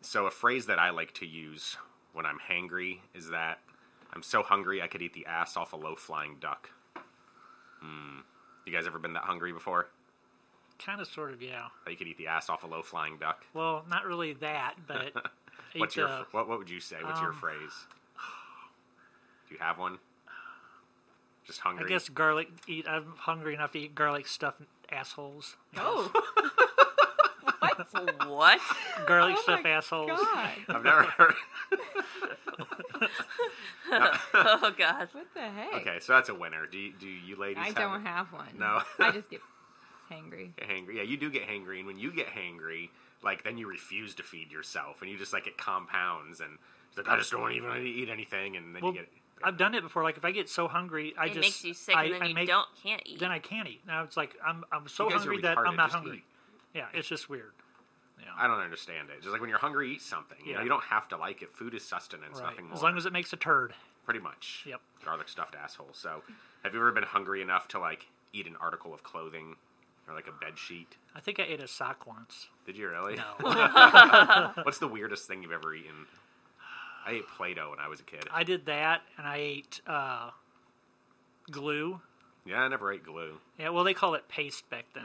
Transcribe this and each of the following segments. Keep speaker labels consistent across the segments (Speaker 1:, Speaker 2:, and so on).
Speaker 1: So a phrase that I like to use when I'm hangry is that I'm so hungry I could eat the ass off a low flying duck. Hmm. You guys ever been that hungry before?
Speaker 2: Kind of, sort of, yeah.
Speaker 1: That you could eat the ass off a low flying duck.
Speaker 2: Well, not really that, but
Speaker 1: What's
Speaker 2: eat
Speaker 1: your
Speaker 2: the-
Speaker 1: fr- what? What would you say? What's your
Speaker 2: uh, um,
Speaker 1: phrase? Do you have one? Just hungry.
Speaker 2: I guess garlic. Eat. I'm hungry enough to eat garlic stuffed assholes.
Speaker 3: Oh. what? What?
Speaker 2: Garlic
Speaker 3: Oh
Speaker 2: stuffed
Speaker 3: my
Speaker 2: assholes.
Speaker 4: God,
Speaker 1: I've never heard.
Speaker 3: oh God.
Speaker 4: what the heck?
Speaker 1: Okay, so that's a winner. Do you, do you ladies?
Speaker 4: I
Speaker 1: have
Speaker 4: don't
Speaker 1: it?
Speaker 4: have one.
Speaker 1: No.
Speaker 4: I just get hangry.
Speaker 1: get hangry. Yeah, you do get hangry, and when you get hangry, like then you refuse to feed yourself, and you just like it compounds, and it's like I just don't want to even eat anything, and then
Speaker 2: Well,
Speaker 1: you get.
Speaker 2: I've done it before. Like if I get so hungry, I
Speaker 3: It
Speaker 2: just
Speaker 3: makes you sick,
Speaker 2: I,
Speaker 3: and then
Speaker 2: I
Speaker 3: you
Speaker 2: make-
Speaker 3: don't can't eat.
Speaker 2: Then I can't eat. Now it's like I'm I'm so
Speaker 1: You guys are
Speaker 2: hungry that I'm
Speaker 1: retarded.
Speaker 2: not
Speaker 1: Just
Speaker 2: hungry.
Speaker 1: eat.
Speaker 2: Yeah, it's just weird.
Speaker 1: I don't understand it. Just like when you're hungry, eat something. You know,
Speaker 2: Yeah.
Speaker 1: you don't have to like it. Food is sustenance,
Speaker 2: right.
Speaker 1: nothing more.
Speaker 2: As long as it makes a turd.
Speaker 1: pretty much.
Speaker 2: Yep.
Speaker 1: Garlic stuffed asshole. So, have you ever been hungry enough to like eat an article of clothing or like a bed sheet?
Speaker 2: I think I ate a sock once.
Speaker 1: Did you really?
Speaker 2: No,
Speaker 1: What's the weirdest thing you've ever eaten? I ate Play-Doh when I was a kid.
Speaker 2: I did that, and I ate uh, glue.
Speaker 1: Yeah, I never ate glue.
Speaker 2: Yeah, well, they call it paste back then.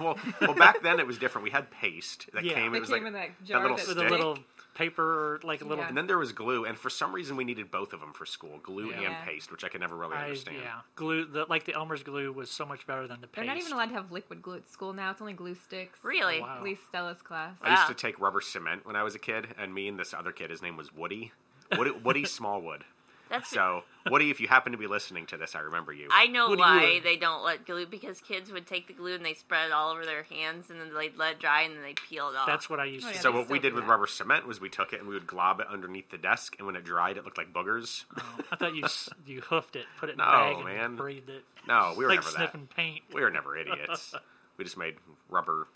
Speaker 1: well, well, back then it was different. We had paste that
Speaker 2: Yeah.
Speaker 1: came.
Speaker 2: It
Speaker 1: It
Speaker 4: They
Speaker 1: was
Speaker 4: came
Speaker 1: like
Speaker 4: in that jar
Speaker 1: little
Speaker 4: that's
Speaker 2: With a
Speaker 1: Stick.
Speaker 2: little paper or like a little.
Speaker 4: Yeah.
Speaker 1: And then there was glue, and for some reason we needed both of them for school, glue
Speaker 2: Yeah.
Speaker 1: and
Speaker 4: Yeah.
Speaker 1: paste, which I could never really
Speaker 2: I-
Speaker 1: understand.
Speaker 2: yeah, glue. The, like the Elmer's glue was so much better than the
Speaker 4: They're
Speaker 2: paste.
Speaker 4: not even allowed to have liquid glue at school now. It's only glue sticks.
Speaker 3: really?
Speaker 2: Wow.
Speaker 1: Oh.
Speaker 4: At least Stella's class.
Speaker 1: I used
Speaker 2: Ah.
Speaker 3: Wow.
Speaker 1: to take rubber cement when I was a kid, and me and this other kid, his name was Woody, Woody, Woody Smallwood.
Speaker 3: That's
Speaker 1: So, Woody, if you happen to be listening to this, I remember you.
Speaker 3: I know
Speaker 2: What do you
Speaker 3: why
Speaker 2: like?
Speaker 3: they don't let glue because kids would take the glue and they spread it all over their hands and then they'd let it dry and then they peel it off.
Speaker 2: That's what I used
Speaker 4: Oh,
Speaker 2: to.
Speaker 4: yeah.
Speaker 1: so
Speaker 4: they
Speaker 1: what we
Speaker 4: still
Speaker 1: did
Speaker 4: do
Speaker 1: with
Speaker 4: that.
Speaker 1: rubber cement was we took it and we would glob it underneath the desk, and when it dried, it looked like boogers.
Speaker 2: do. I thought you s- you hoofed it, put it in
Speaker 1: No,
Speaker 2: a bag,
Speaker 1: man.
Speaker 2: and breathed it.
Speaker 1: No, we were
Speaker 2: like
Speaker 1: never that.
Speaker 2: sniffing paint.
Speaker 1: We were never idiots. we just made rubber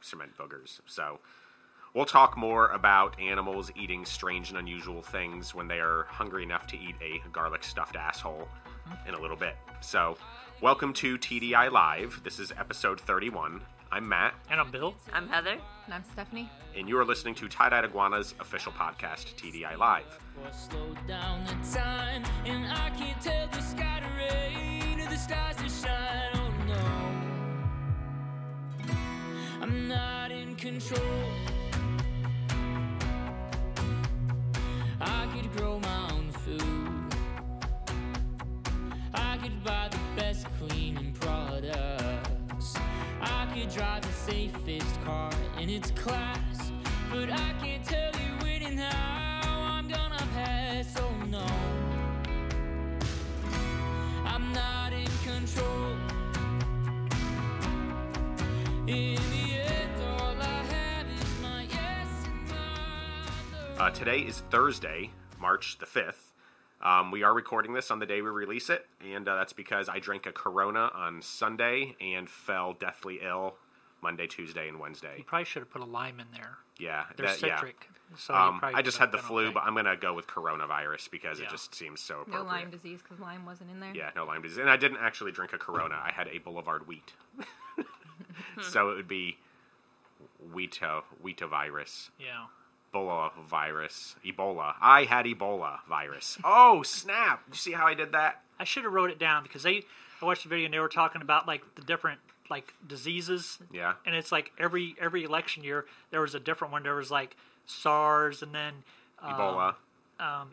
Speaker 1: cement boogers. So we'll talk more about animals eating strange and unusual things when they are hungry enough to eat a garlic stuffed asshole in a little bit. So welcome to TDI Live. This is episode 31. I'm Matt,
Speaker 2: And I'm Bill.
Speaker 3: I'm Heather.
Speaker 4: And I'm Stephanie.
Speaker 1: and you are listening to Tie Dyed Iguana's official podcast, TDI Live.
Speaker 5: Or slow down the time, and I can't tell the sky to rain or the stars to shine. Oh no, I'm not in control. I could grow my own food. I could buy the best cleaning products. I could drive the safest car in its class. But I can't tell you when and how I'm gonna pass. Oh no, I'm not in control. In the end, all I have is my yes and my no.
Speaker 1: Uh, today is Thursday, March the 5th. Um, we are recording this on the day we release it, and uh, that's because I drank a Corona on Sunday and fell deathly ill Monday, Tuesday, and Wednesday.
Speaker 2: You probably should have put a lime in there.
Speaker 1: Yeah,
Speaker 2: They're
Speaker 1: that- yeah.
Speaker 2: citric. So you
Speaker 1: Um,
Speaker 2: probably
Speaker 1: I just had
Speaker 2: would've
Speaker 1: the
Speaker 2: been
Speaker 1: flu,
Speaker 2: okay.
Speaker 1: but I'm gonna go with coronavirus because it
Speaker 2: Yeah.
Speaker 1: just seems so
Speaker 4: No
Speaker 1: appropriate.
Speaker 4: Lyme disease because Lyme wasn't in there.
Speaker 1: Yeah, no Lyme disease, and I didn't actually drink a Corona. I had a Boulevard Wheat, so it would be Wheato, Wheatovirus.
Speaker 2: yeah.
Speaker 1: Ebola virus. Ebola. I had Ebola virus. Oh, snap. You see how I did that?
Speaker 2: I should have wrote it down because they. I watched the video and they were talking about like the different like diseases.
Speaker 1: Yeah.
Speaker 2: And it's like every every election year there was a different one. There was like SARS and then um,
Speaker 1: Ebola.
Speaker 2: um,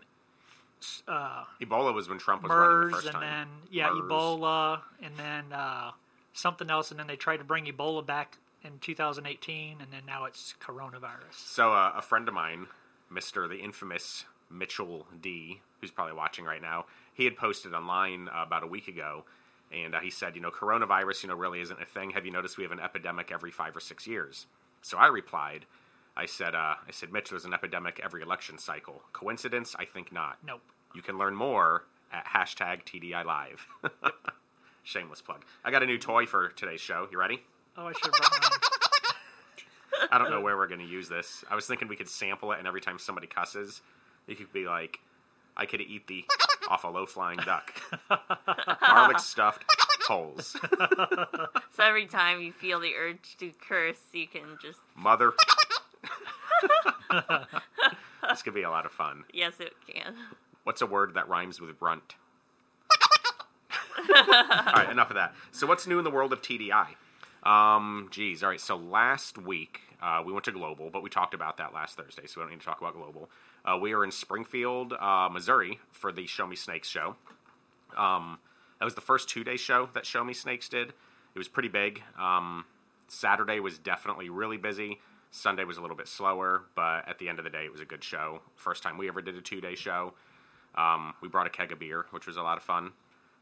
Speaker 2: s- uh,
Speaker 1: Ebola was when Trump was running the
Speaker 2: MERS
Speaker 1: first
Speaker 2: and then
Speaker 1: time.
Speaker 2: yeah
Speaker 1: MERS.
Speaker 2: Ebola and then uh, something else and then they tried to bring Ebola back in 2018 and then now it's coronavirus.
Speaker 1: So uh, a friend of mine, Mr. the infamous Mitchell D, who's probably watching right now, he had posted online uh, about a week ago, and uh, he said, you know, coronavirus, you know, really isn't a thing. Have you noticed we have an epidemic every five or six years? So I replied, I said, uh, I said, Mitch, there's an epidemic every election cycle. Coincidence? I think not.
Speaker 2: Nope.
Speaker 1: You can learn more at hashtag TDI Live. Shameless plug. I got a new toy for today's show. You ready?
Speaker 2: Oh, I should have brought mine.
Speaker 1: I don't know where we're going to use this. I was thinking we could sample it, and every time somebody cusses, it could be like, I could eat the off a low flying duck. Garlic stuffed holes.
Speaker 3: So every time you feel the urge to curse, you can just
Speaker 1: Mother. class could be a lot of fun.
Speaker 3: Yes, it can.
Speaker 1: What's a word that rhymes with runt? all right, enough of that. So, what's new in the world of TDI? Um, geez, all right. So last week uh, we went to Global, but we talked about that last Thursday, so we don't need to talk about Global. Uh, we are in Springfield, uh, Missouri, for the Show Me Snakes show. Um, that was the first two day show that Show Me Snakes did. It was pretty big. Um, Saturday was definitely really busy. Sunday was a little bit slower, but at the end of the day, it was a good show. First time we ever did a two day show. Um, we brought a keg of beer, which was a lot of fun.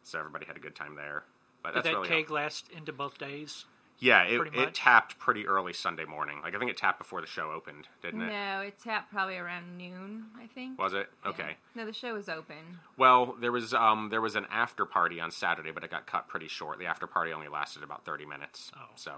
Speaker 1: So everybody had a good time there. But
Speaker 2: Did
Speaker 1: that's
Speaker 2: that
Speaker 1: really all.
Speaker 2: keg last into both days?
Speaker 1: Yeah, it,
Speaker 2: pretty
Speaker 1: it
Speaker 2: much.
Speaker 1: tapped pretty early Sunday morning. Like I think it tapped before the show opened, didn't it?
Speaker 4: No, it tapped probably around noon, I think.
Speaker 1: Was it?
Speaker 4: Yeah.
Speaker 1: Okay.
Speaker 4: No, the show was open.
Speaker 1: Well, there was um there was an after party on Saturday, but it got cut pretty short. The after party only lasted about 30 minutes.
Speaker 2: Oh.
Speaker 1: So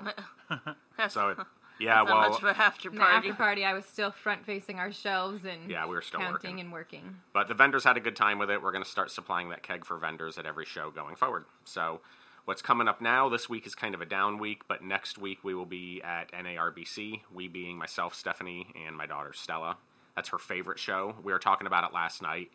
Speaker 3: That's
Speaker 1: so it, yeah,
Speaker 3: not
Speaker 1: well
Speaker 3: much for after
Speaker 4: And the
Speaker 3: party.
Speaker 4: after party, I was still front facing our shelves and
Speaker 1: Yeah, we were still
Speaker 4: counting
Speaker 1: working.
Speaker 4: and working.
Speaker 1: but the vendors had a good time with it. We're going to start supplying that keg for vendors at every show going forward. So what's coming up now this week is kind of a down week, but next week we will be at NARBC, we being myself, Stephanie, and my daughter Stella. That's her favorite show. We were talking about it last night,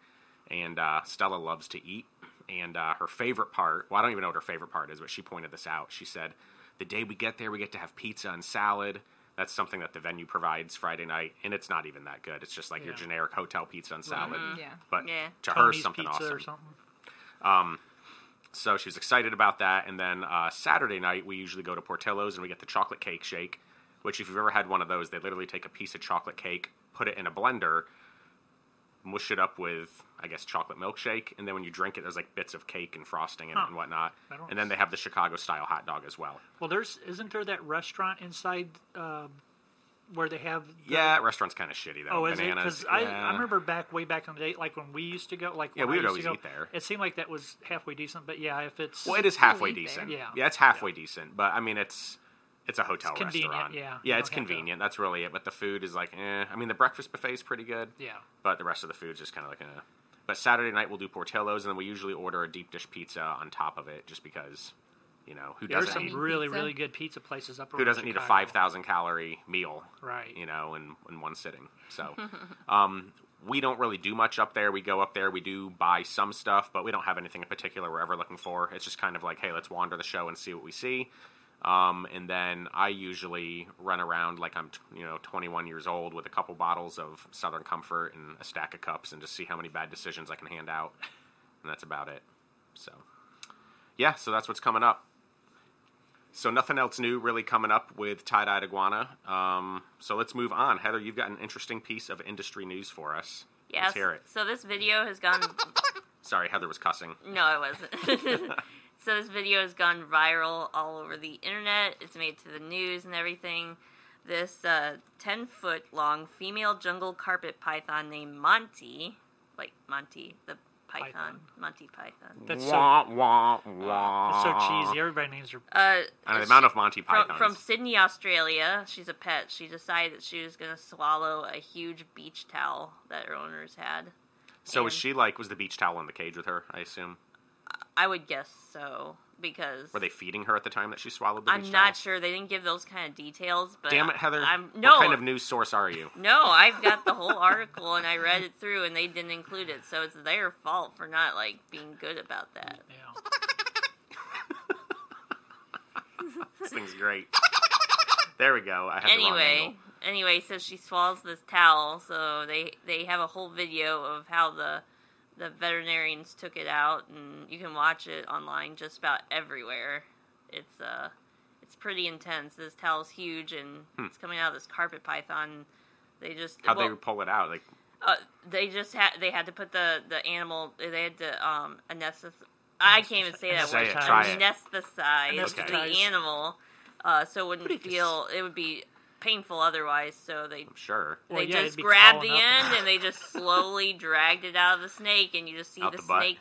Speaker 1: and uh, Stella loves to eat. And uh, her favorite part, well, I don't even know what her favorite part is, but she pointed this out. She said, The day we get there, we get to have pizza and salad. That's something that the venue provides Friday night, and it's not even that good. It's just like your
Speaker 2: Yeah.
Speaker 1: generic hotel pizza and salad.
Speaker 4: Yeah.
Speaker 1: But
Speaker 3: Yeah.
Speaker 1: to her,
Speaker 2: Tony's
Speaker 1: something
Speaker 2: pizza
Speaker 1: awesome.
Speaker 2: or something.
Speaker 1: So she was excited about that. And then uh, Saturday night, we usually go to Portillo's and we get the chocolate cake shake, which, if you've ever had one of those, they literally take a piece of chocolate cake, put it in a blender, mush it up with, I guess, chocolate milkshake. And then when you drink it, there's like bits of cake and frosting in it
Speaker 2: Huh.
Speaker 1: and whatnot.
Speaker 2: I don't-
Speaker 1: And then they have the Chicago style hot dog as well.
Speaker 2: Well, there's isn't there that restaurant inside um, where they have the,
Speaker 1: Yeah, restaurant's kind of shitty though.
Speaker 2: Oh, is it?
Speaker 1: Bananas.
Speaker 2: Because I,
Speaker 1: yeah.
Speaker 2: I remember back way back in the day, like when we used to go, like
Speaker 1: Yeah,
Speaker 2: when
Speaker 1: we
Speaker 2: I
Speaker 1: would
Speaker 2: used to
Speaker 1: always
Speaker 2: go,
Speaker 1: eat there.
Speaker 2: It seemed like that was halfway decent, but yeah, if it's
Speaker 1: Well, it is
Speaker 4: Still
Speaker 1: halfway
Speaker 4: eat there.
Speaker 1: decent.
Speaker 2: Yeah.
Speaker 1: it's halfway decent, but I mean, it's it's a hotel
Speaker 2: It's convenient,
Speaker 1: restaurant.
Speaker 2: yeah. You
Speaker 1: yeah,
Speaker 2: don't
Speaker 1: it's
Speaker 2: have to-
Speaker 1: convenient. That's really it. But the food is like, eh. I mean, the breakfast buffet is pretty good.
Speaker 2: yeah,
Speaker 1: but the rest of the food's just kind of like a. But Saturday night we'll do Portillo's, and then we usually order a deep dish pizza on top of it, just because, you know, who
Speaker 2: there's
Speaker 1: doesn't
Speaker 2: some
Speaker 1: need,
Speaker 4: Need
Speaker 2: really
Speaker 4: pizza?
Speaker 2: really good pizza places up
Speaker 1: who
Speaker 2: around
Speaker 1: doesn't need a
Speaker 2: Chicago.
Speaker 1: five thousand calorie meal,
Speaker 2: Right.
Speaker 1: You know, in in one sitting. So, um, we don't really do much up there. We go up there, we do buy some stuff, but we don't have anything in particular we're ever looking for. It's just kind of like, hey, let's wander the show and see what we see. Um, and then I usually run around like I'm, you know, 21 years old with a couple bottles of Southern Comfort and a stack of cups and just see how many bad decisions I can hand out. And that's about it. So, yeah, so that's what's coming up. So, nothing else new really coming up with tie dyed iguana. Um, so, let's move on. Heather, you've got an interesting piece of industry news for us.
Speaker 3: yes.
Speaker 1: Let's hear it.
Speaker 3: So this video has gone.
Speaker 1: Sorry, Heather was cussing.
Speaker 3: No, it wasn't. so this video has gone viral all over the internet. It's made to the news and everything. This uh, ten foot long female jungle carpet python named Monty, like Monty the python,
Speaker 2: Python. Mm.
Speaker 3: Monty Python.
Speaker 2: That's so, Uh,
Speaker 1: wah, wah,
Speaker 2: that's so
Speaker 1: wah.
Speaker 2: cheesy. Everybody names her.
Speaker 3: Uh,
Speaker 1: And the
Speaker 3: she-
Speaker 1: amount of Monty
Speaker 3: from,
Speaker 1: Pythons.
Speaker 3: from Sydney, Australia. She's a pet. She decided that she was going to swallow a huge beach towel that her owners had.
Speaker 1: so, was she like, was the beach towel in the cage with her, I assume?
Speaker 3: I would guess so because
Speaker 1: Were they feeding her at the time that she swallowed the
Speaker 3: I'm
Speaker 1: beach
Speaker 3: not
Speaker 1: towel?
Speaker 3: sure. They didn't give those kind of details, but
Speaker 1: Damn it, Heather.
Speaker 3: I'm no
Speaker 1: What kind of news source are you?
Speaker 3: no. I've got the whole article and I read it through, and they didn't include it, so it's their fault for not like being good about that.
Speaker 2: Yeah.
Speaker 1: This thing's great. there we go. I had the wrong
Speaker 3: anyway,
Speaker 1: angle.
Speaker 3: anyway, so she swallows this towel. So they they have a whole video of how the the veterinarians took it out, and you can watch it online just about everywhere. It's uh, it's pretty intense. This towel's huge, and it's coming out of this carpet python. They just
Speaker 1: Hmm. How'd
Speaker 3: well,
Speaker 1: they pull it out? Like,
Speaker 3: uh, they just had they had to put the the animal. They had to um anesthetize. I can't even say that
Speaker 1: Say
Speaker 3: word.
Speaker 1: it, try it.
Speaker 3: Anesthetize
Speaker 2: Anesthetize.
Speaker 3: the animal, uh, so it wouldn't
Speaker 2: Pretty dis-
Speaker 3: feel it would be painful otherwise. So they
Speaker 1: I'm sure.
Speaker 2: Well,
Speaker 3: they
Speaker 2: yeah, it'd
Speaker 3: just
Speaker 2: be
Speaker 3: grabbed the
Speaker 2: crawling up.
Speaker 3: end and they just slowly dragged it out of the snake, and you just see
Speaker 1: Out
Speaker 3: the,
Speaker 1: the butt.
Speaker 3: snake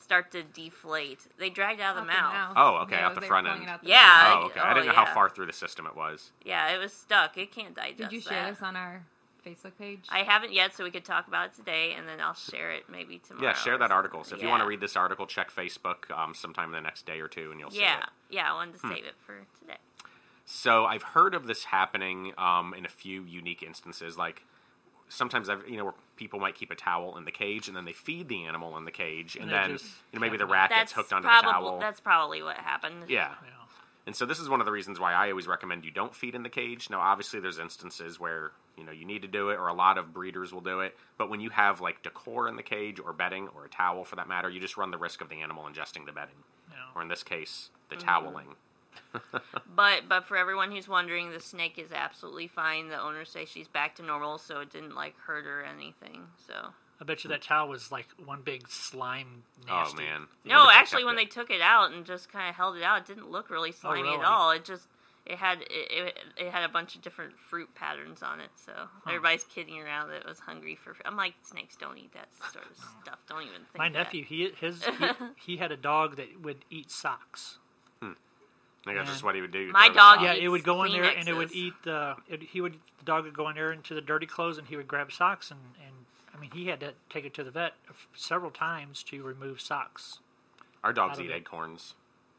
Speaker 3: start to deflate. They dragged it out of the mouth.
Speaker 1: Oh, okay,
Speaker 4: No,
Speaker 1: out the
Speaker 4: they were
Speaker 1: front
Speaker 4: pulling
Speaker 1: end.
Speaker 4: it out the
Speaker 3: Yeah,
Speaker 4: mouth.
Speaker 1: Oh, okay. I
Speaker 3: oh,
Speaker 1: didn't know
Speaker 3: yeah.
Speaker 1: how far through the system it was.
Speaker 3: Yeah, it was stuck. It can't digest.
Speaker 4: Did you share
Speaker 3: that.
Speaker 4: this on our Facebook page?
Speaker 3: I haven't yet, so we could talk about it today, and then I'll share it maybe tomorrow.
Speaker 1: Yeah, share
Speaker 3: or
Speaker 1: that article. So
Speaker 3: something.
Speaker 1: if you want to
Speaker 3: Yeah.
Speaker 1: read this article, check Facebook um, sometime in the next day or two, and you'll see
Speaker 3: Yeah,
Speaker 1: it.
Speaker 3: yeah, I wanted
Speaker 1: hmm.
Speaker 3: to save it for today.
Speaker 1: So I've heard of this happening um, in a few unique instances. Like sometimes I've you know where people might keep a towel in the cage and then they feed the animal in the cage and,
Speaker 2: And
Speaker 1: then
Speaker 2: they just
Speaker 1: you know, maybe the
Speaker 2: can't-
Speaker 1: rat
Speaker 3: That's
Speaker 1: gets hooked onto
Speaker 3: probably
Speaker 1: the towel.
Speaker 3: that's probably what happened.
Speaker 1: yeah.
Speaker 2: You know.
Speaker 1: And so this is one of the reasons why I always recommend you don't feed in the cage. Now, obviously, there's instances where you know you need to do it, or a lot of breeders will do it. But when you have like decor in the cage, or bedding, or a towel for that matter, you just run the risk of the animal ingesting the bedding,
Speaker 2: Yeah.
Speaker 1: or in this case, the
Speaker 3: Mm-hmm.
Speaker 1: toweling.
Speaker 3: But but for everyone who's wondering, the snake is absolutely fine. The owners say she's back to normal, so it didn't like hurt or anything. So
Speaker 2: I bet you that towel was like one big slime.
Speaker 1: Oh
Speaker 2: Nasty.
Speaker 1: man!
Speaker 3: no, actually, when they took it out and just kind of held it out, it didn't look
Speaker 1: Oh,
Speaker 3: really slimy
Speaker 2: really?
Speaker 3: at all. It just it had it, it, it had a bunch of different fruit patterns on it. So everybody's kidding around that it was hungry for. I'm like, snakes don't eat that sort of stuff. Don't even think.
Speaker 2: My
Speaker 3: of that."
Speaker 2: nephew, he his he, he had a dog that would eat socks.
Speaker 1: I think that's just what he would do.
Speaker 3: My
Speaker 1: throw the
Speaker 3: dog-
Speaker 1: sock.
Speaker 2: Yeah,
Speaker 3: eats
Speaker 2: it would go in there and it would
Speaker 3: Oh, Kleenexes.
Speaker 2: eat the. It, he would the dog would go in there into the dirty clothes and he would grab socks and and I mean he had to take it to the vet f- several times to remove socks,
Speaker 1: Our dogs
Speaker 2: Out of
Speaker 1: eat
Speaker 2: it.
Speaker 1: acorns.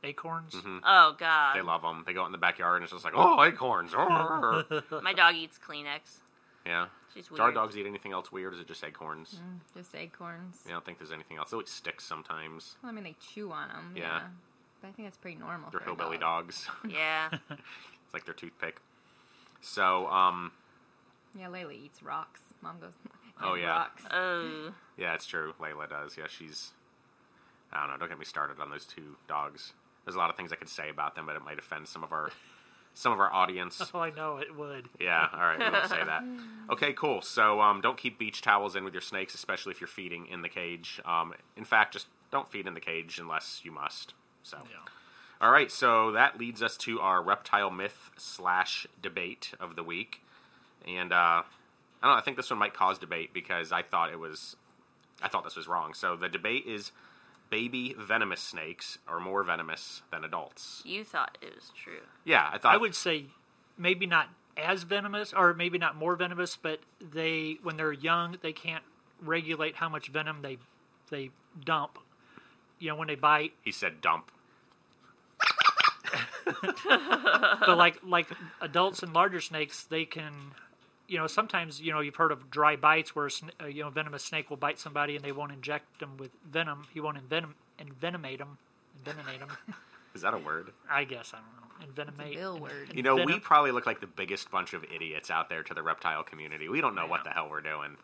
Speaker 2: acorns.
Speaker 1: Mm-hmm.
Speaker 3: Oh God,
Speaker 1: They love them. They go out in the backyard and it's just like, oh, acorns. roar."
Speaker 3: my dog eats Kleenex.
Speaker 1: yeah.
Speaker 3: She's
Speaker 1: Do
Speaker 3: weird. Mm-hmm.
Speaker 1: our dogs eat anything else weird? Or is it just acorns?
Speaker 4: Just acorns.
Speaker 1: I don't think there's anything else. They eat sticks sometimes.
Speaker 4: Well, I mean, they chew on them.
Speaker 1: Yeah.
Speaker 4: But I think that's pretty normal.
Speaker 3: Oh
Speaker 1: They're
Speaker 4: for a
Speaker 1: hillbilly
Speaker 4: dog.
Speaker 1: dogs.
Speaker 3: Yeah.
Speaker 1: It's like their toothpick. So, um,
Speaker 4: Yeah, Layla eats rocks. Mom goes.
Speaker 1: Oh,
Speaker 4: "And
Speaker 1: yeah.
Speaker 4: Rocks.
Speaker 3: Oh.
Speaker 1: yeah, it's true. Layla does. Yeah, she's. I don't know. Don't get me started on those two dogs. There's a lot of things I could say about them, but it might offend some of our some of our audience.
Speaker 2: That's all I know. It would.
Speaker 1: Yeah, all right, we won't say that. Okay, cool. So um, don't keep beach towels in with your snakes, especially if you're feeding in the cage. Um, in fact, just don't feed in the cage unless you must. So,
Speaker 2: Yeah.
Speaker 1: all right. So that leads us to our reptile myth slash debate of the week, and uh, I don't. know, I think this one might cause debate because I thought it was, I thought this was wrong. So the debate is. Baby venomous snakes are more venomous than adults.
Speaker 3: You thought it was true.
Speaker 1: Yeah, I thought
Speaker 2: I would say maybe not as venomous or maybe not more venomous, but they when they're young they can't regulate how much venom they they dump. You know when they bite,
Speaker 1: he said dump.
Speaker 2: but like like adults and larger snakes, they can. You know, sometimes you know you've heard of dry bites where a sn- uh, you know venomous snake will bite somebody and they won't inject them with venom. He won't envenom envenomate them. Envenomate them.
Speaker 1: Is that a word?
Speaker 2: I guess I don't know. Envenomate.
Speaker 4: Bill word.
Speaker 1: You know,
Speaker 2: Then
Speaker 1: we
Speaker 2: it-
Speaker 1: probably look like the biggest bunch of idiots out there to the reptile community. We don't know what the hell we're doing,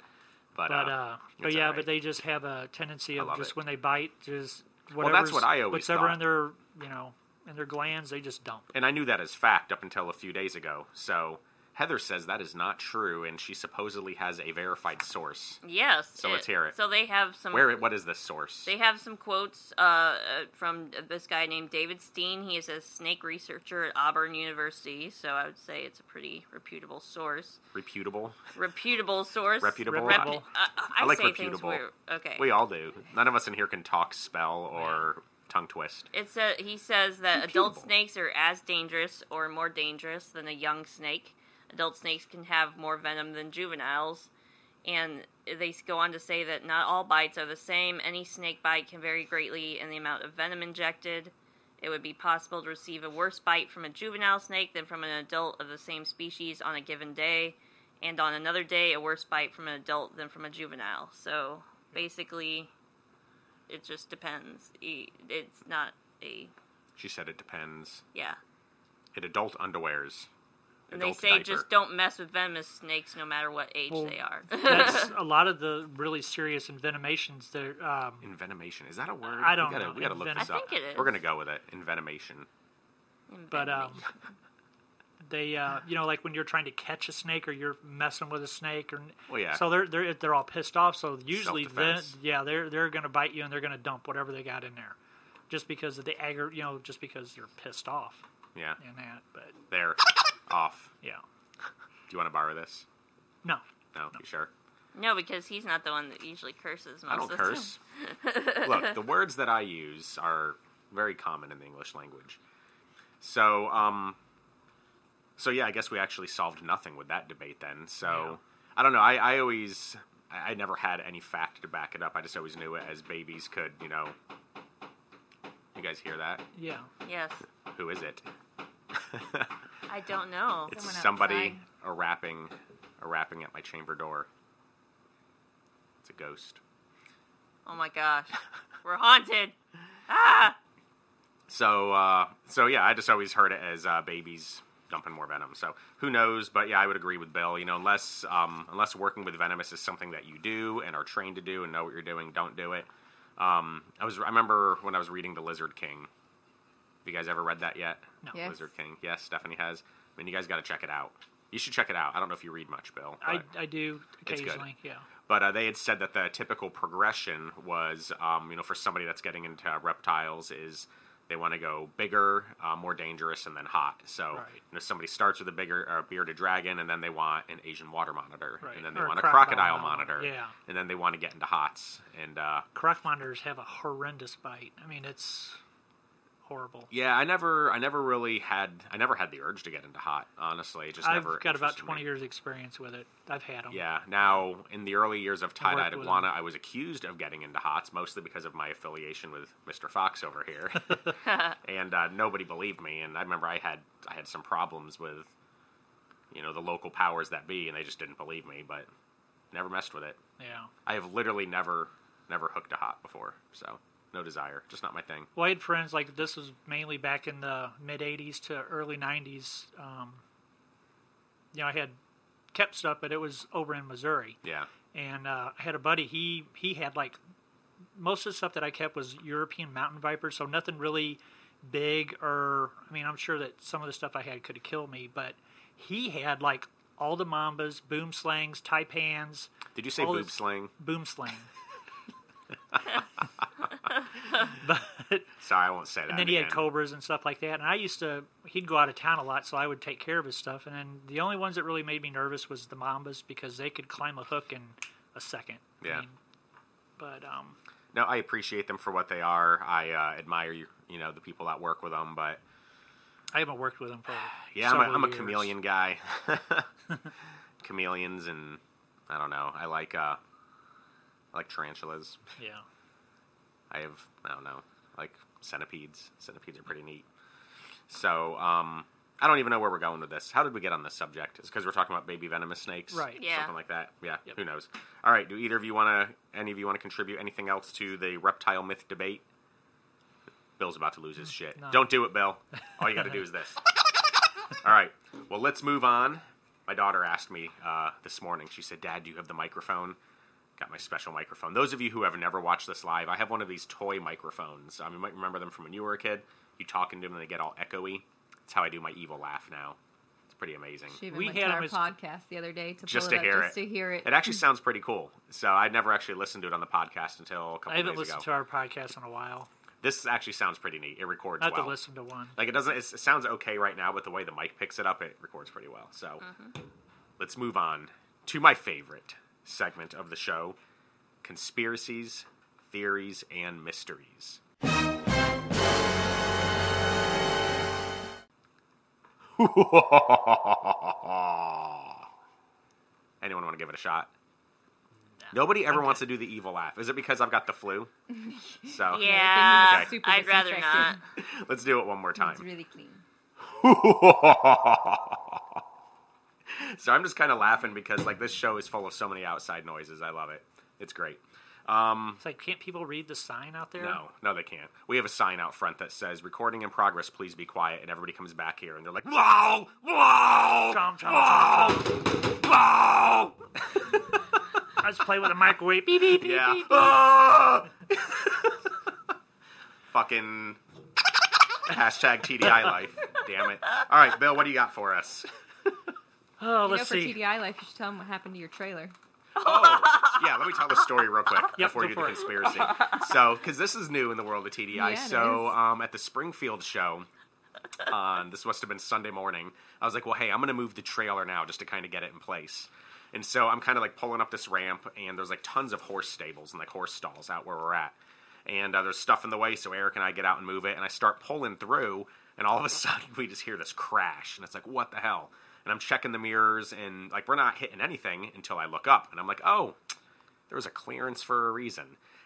Speaker 1: but,
Speaker 2: But
Speaker 1: uh,
Speaker 2: uh, but
Speaker 1: it's
Speaker 2: yeah,
Speaker 1: alright.
Speaker 2: but they just have a tendency of
Speaker 1: love
Speaker 2: just
Speaker 1: it.
Speaker 2: when they bite, just
Speaker 1: that's
Speaker 2: whatever.
Speaker 1: what I always
Speaker 2: Whatever in
Speaker 1: thought.
Speaker 2: their you know in their glands, they just dump.
Speaker 1: and I knew that as fact up until a few days ago. So Heather says that is not true, and she supposedly has a verified source.
Speaker 3: Yes.
Speaker 1: So let's hear it.
Speaker 3: So they have
Speaker 2: Um,
Speaker 3: some.
Speaker 1: Where? What is this source?
Speaker 3: They have some quotes uh, uh, from this guy named David Steen. He is a snake researcher at Auburn University, so I would say it's a pretty reputable source.
Speaker 1: Reputable.
Speaker 3: Reputable source.
Speaker 1: Reputable.
Speaker 3: Rep-
Speaker 2: Reputable.
Speaker 3: I, I
Speaker 1: I like
Speaker 3: say
Speaker 1: reputable.
Speaker 3: Things weird. Okay.
Speaker 1: We all do. None of us in here can talk, spell, or tongue twist.
Speaker 3: It says he says that adult
Speaker 1: Reputable.
Speaker 3: snakes are as dangerous or more dangerous than a young snake. Adult snakes can have more venom than juveniles, and they s- go on to say that not all bites are the same. Any snake bite can vary greatly in the amount of venom injected. It would be possible to receive a worse bite from a juvenile snake than from an adult of the same species on a given day, and on another day, a worse bite from an adult than from a juvenile. So basically, it just depends. E- It's not a
Speaker 1: She said it depends.
Speaker 3: yeah.
Speaker 1: It adult underwears.
Speaker 3: And
Speaker 1: adult
Speaker 3: they say
Speaker 1: diaper.
Speaker 3: just don't mess with venomous snakes, no matter what age
Speaker 2: Well,
Speaker 3: they are.
Speaker 2: That's a lot of the really serious envenomations. They're um,
Speaker 1: Envenomation. Is that a word?
Speaker 2: I don't
Speaker 1: we gotta,
Speaker 2: know.
Speaker 1: We gotta look
Speaker 2: Envenom-
Speaker 1: this
Speaker 3: I
Speaker 1: up.
Speaker 3: think it
Speaker 1: We're
Speaker 3: is.
Speaker 1: gonna go with it. Envenomation.
Speaker 2: but um,
Speaker 3: Envenomation.
Speaker 2: they uh, you know like when you're trying to catch a snake or you're messing with a snake or
Speaker 1: Well, yeah.
Speaker 2: so they're they're they're all pissed off. So usually then
Speaker 1: Self-defense.
Speaker 2: yeah they're they're gonna bite you and they're gonna dump whatever they got in there, just because of the aggr you know just because they're pissed off
Speaker 1: Yeah.
Speaker 2: and that. But
Speaker 1: They're off.
Speaker 2: yeah,
Speaker 1: Do you want to borrow this?
Speaker 2: no.
Speaker 1: No, you sure?
Speaker 3: no, because he's not the one that usually curses. Most
Speaker 1: I don't
Speaker 3: of the time.
Speaker 1: curse. Look, the words that I use are very common in the English language. So, um, so yeah, I guess we actually solved nothing with that debate then. So, I don't know. I, I always, I, I never had any fact to back it up. I just always knew it as babies could, you know. You guys hear that?
Speaker 2: Yeah.
Speaker 3: Yes,
Speaker 1: Who is it?
Speaker 3: I don't know.
Speaker 1: It's
Speaker 4: Someone
Speaker 1: somebody
Speaker 4: outside.
Speaker 1: a rapping, a rapping at my chamber door. It's a ghost.
Speaker 3: Oh my gosh, we're haunted. Ah,
Speaker 1: So, uh, so yeah, I just always heard it as uh, babies dumping more venom. So who knows? But yeah, I would agree with Bill. You know, unless um, unless working with venomous is something that you do and are trained to do and know what you're doing, don't do it. Um, I was I remember when I was reading The Lizard King. Have you guys ever read that yet?
Speaker 2: No.
Speaker 4: Yes.
Speaker 1: Lizard King. Yes, Stephanie has. I mean, you guys got to check it out. You should check it out. I don't know if you read much, Bill.
Speaker 2: I,
Speaker 1: but-
Speaker 2: I do
Speaker 1: It's good.
Speaker 2: occasionally. Yeah.
Speaker 1: but uh, they had said that the typical progression was, um, you know, for somebody that's getting into reptiles is they want to go bigger, uh, more dangerous, and then hot. So
Speaker 2: Right.
Speaker 1: you know, somebody starts with a bigger uh, bearded dragon, and then they want an Asian water monitor,
Speaker 2: Right.
Speaker 1: and then they
Speaker 2: Or a
Speaker 1: want a crocodile,
Speaker 2: crocodile
Speaker 1: monitor,
Speaker 2: monitor. Yeah.
Speaker 1: and then they want to get into hots. And uh,
Speaker 2: Croc monitors have a horrendous bite. I mean, it's horrible.
Speaker 1: yeah, I never, I never really had, I never had the urge to get into hot. Honestly, it just
Speaker 2: I've
Speaker 1: never
Speaker 2: got about
Speaker 1: interested me.
Speaker 2: 20 years experience with it. I've had them.
Speaker 1: Yeah. Now, in the early years of tie dyed
Speaker 2: with
Speaker 1: iguana, I was accused of getting into hots, mostly because of my affiliation with Mr. Fox over here, and uh, nobody believed me. And I remember I had I had some problems with, you know, the local powers that be, and they just didn't believe me. But never messed with it.
Speaker 2: Yeah.
Speaker 1: I have literally never never hooked a hot before, so no desire, just not my thing.
Speaker 2: Well, I had friends like this was mainly back in the mid '80s to early '90s. Um, you know, I had kept stuff, but it was over in Missouri,
Speaker 1: Yeah.
Speaker 2: and uh, I had a buddy. He he had like most of the stuff that I kept was European mountain vipers, so nothing really big. Or I mean, I'm sure that some of the stuff I had could have killed me, but he had like all the mambas, boom slangs, taipans,
Speaker 1: Did you say
Speaker 2: All
Speaker 1: boob
Speaker 2: this-
Speaker 1: sling?
Speaker 2: boom slang. but
Speaker 1: Sorry, I won't say that.
Speaker 2: and then he had
Speaker 1: again.
Speaker 2: cobras and stuff like that. And I used to, he'd go out of town a lot, so I would take care of his stuff. And then the only ones that really made me nervous was the mambas because they could climb a hook in a second. I
Speaker 1: Yeah.
Speaker 2: mean, but um,
Speaker 1: No, I appreciate them for what they are. I uh, admire you, you know, the people that work with them, but
Speaker 2: I haven't worked with him for.
Speaker 1: yeah, I'm a,
Speaker 2: several
Speaker 1: I'm a
Speaker 2: years.
Speaker 1: chameleon guy. Chameleons and I don't know. I like uh, I like tarantulas.
Speaker 2: Yeah.
Speaker 1: I have I don't know I like centipedes. Centipedes are pretty neat. So um, I don't even know where we're going with this. How did we get on this subject? It's because we're talking about baby venomous snakes,
Speaker 2: Right.
Speaker 3: Yeah.
Speaker 1: Something like that. Yeah.
Speaker 2: Yep.
Speaker 1: Who knows? All right. Do either of you want to? Any of you want to contribute anything else to the reptile myth debate? Bill's about to lose his shit.
Speaker 2: no.
Speaker 1: Don't do it, Bill. All you got to do is this. All right. Well, let's move on. My daughter asked me uh, this morning. She said, "Dad, do you have the microphone?" Got my special microphone. Those of you who have never watched this live, I have one of these toy microphones. Um, you might remember them from when you were a kid. You talk into them and they get all echoey. That's how I do my evil laugh now. It's pretty amazing.
Speaker 4: She even
Speaker 2: We
Speaker 4: went
Speaker 2: had
Speaker 4: to
Speaker 2: him
Speaker 4: our
Speaker 2: as-
Speaker 4: podcast the other day to
Speaker 1: Just
Speaker 4: pull
Speaker 1: to
Speaker 4: it
Speaker 1: hear
Speaker 4: up, just
Speaker 1: it.
Speaker 4: to hear it.
Speaker 1: It actually sounds pretty cool. So I never actually listened to it on the podcast until a couple
Speaker 2: I haven't
Speaker 1: days
Speaker 2: listened
Speaker 1: ago.
Speaker 2: to our podcast in a while.
Speaker 1: This actually sounds pretty neat. It records
Speaker 2: Not
Speaker 1: well.
Speaker 2: to listen to one.
Speaker 1: Like it doesn't. It sounds okay right now, but the way the mic picks it up, it records pretty well. So let's move on to my favorite segment of the show: conspiracies, theories, and mysteries. Anyone want to give it a shot? Nobody ever wants to do the evil laugh. Is it because I've got the flu? So
Speaker 3: yeah.
Speaker 1: Okay.
Speaker 4: Super
Speaker 3: I'd rather not.
Speaker 4: disinfectant.
Speaker 1: let's do it one more time.
Speaker 4: It's really clean.
Speaker 1: so I'm just kind of laughing because like this show is full of so many outside noises. I love it. It's great. Um,
Speaker 2: It's like, can't people read the sign out there?
Speaker 1: no, no, they can't. We have a sign out front that says "Recording in progress. Please be quiet." And everybody comes back here and they're like, "Whoa, whoa,
Speaker 2: Chomp, chomp,
Speaker 1: whoa,
Speaker 2: chomp,
Speaker 1: whoa!"
Speaker 2: I just play with a microwave. beep, beep, beep,
Speaker 1: Yeah.
Speaker 2: beep.
Speaker 1: Ah! Fucking hashtag TDI life. Damn it. All right, Bill, what do you got for us?
Speaker 2: Oh,
Speaker 4: You know,
Speaker 2: let's
Speaker 4: for
Speaker 2: see.
Speaker 4: TDI life, you should tell them what happened to your trailer.
Speaker 1: Oh, yeah. Let me tell the story real quick before we
Speaker 2: go
Speaker 1: do the
Speaker 2: for it.
Speaker 1: conspiracy. So, because this is new in the world of TDI.
Speaker 4: Yeah, it
Speaker 1: so,
Speaker 4: is.
Speaker 1: um, at the Springfield show, on this must have been Sunday morning. I was like, well, hey, I'm gonna move the trailer now just to kind of get it in place. And so I'm kind of like pulling up this ramp, and there's like tons of horse stables and like horse stalls out where we're at. And uh, there's stuff in the way, so Eric and I get out and move it, and I start pulling through, and all of a sudden we just hear this crash, and it's like, what the hell? And I'm checking the mirrors, and like we're not hitting anything until I look up, and I'm like, oh, There was a clearance for a reason.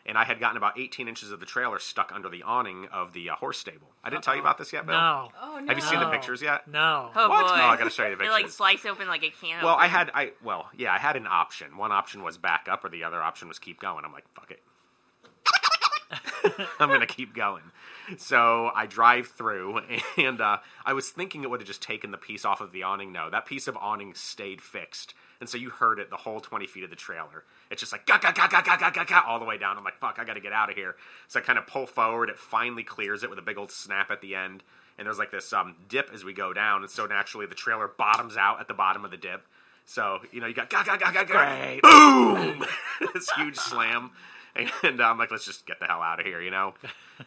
Speaker 1: And I had gotten about 18 inches of the trailer stuck under the awning of the uh, horse stable. I didn't tell you about this yet, Bill.
Speaker 2: No.
Speaker 4: Oh no.
Speaker 1: Have you seen the
Speaker 2: No.
Speaker 1: pictures yet?
Speaker 2: No.
Speaker 3: Oh
Speaker 1: What?
Speaker 3: boy!
Speaker 1: No, I gotta show you the
Speaker 3: They like
Speaker 1: pictures.
Speaker 3: slice open like a can.
Speaker 1: Well,
Speaker 3: opener.
Speaker 1: I had I well, yeah, I had an option. One option was back up, or the other option was keep going. I'm like, fuck it. I'm gonna keep going. So I drive through, and uh, I was thinking it would have just taken the piece off of the awning. No, that piece of awning stayed fixed, and so you heard it the whole 20 feet of the trailer. It's just like ga ga ga ga ga ga ga ga all the way down. I'm like, fuck, I gotta get out of here. So I kind of pull forward. It finally clears it with a big old snap at the end, and there's like this um, dip as we go down, and so naturally the trailer bottoms out at the bottom of the dip. So you know you got ga ga ga ga ga boom, this huge slam, and I'm like, let's just get the hell out of here, you know.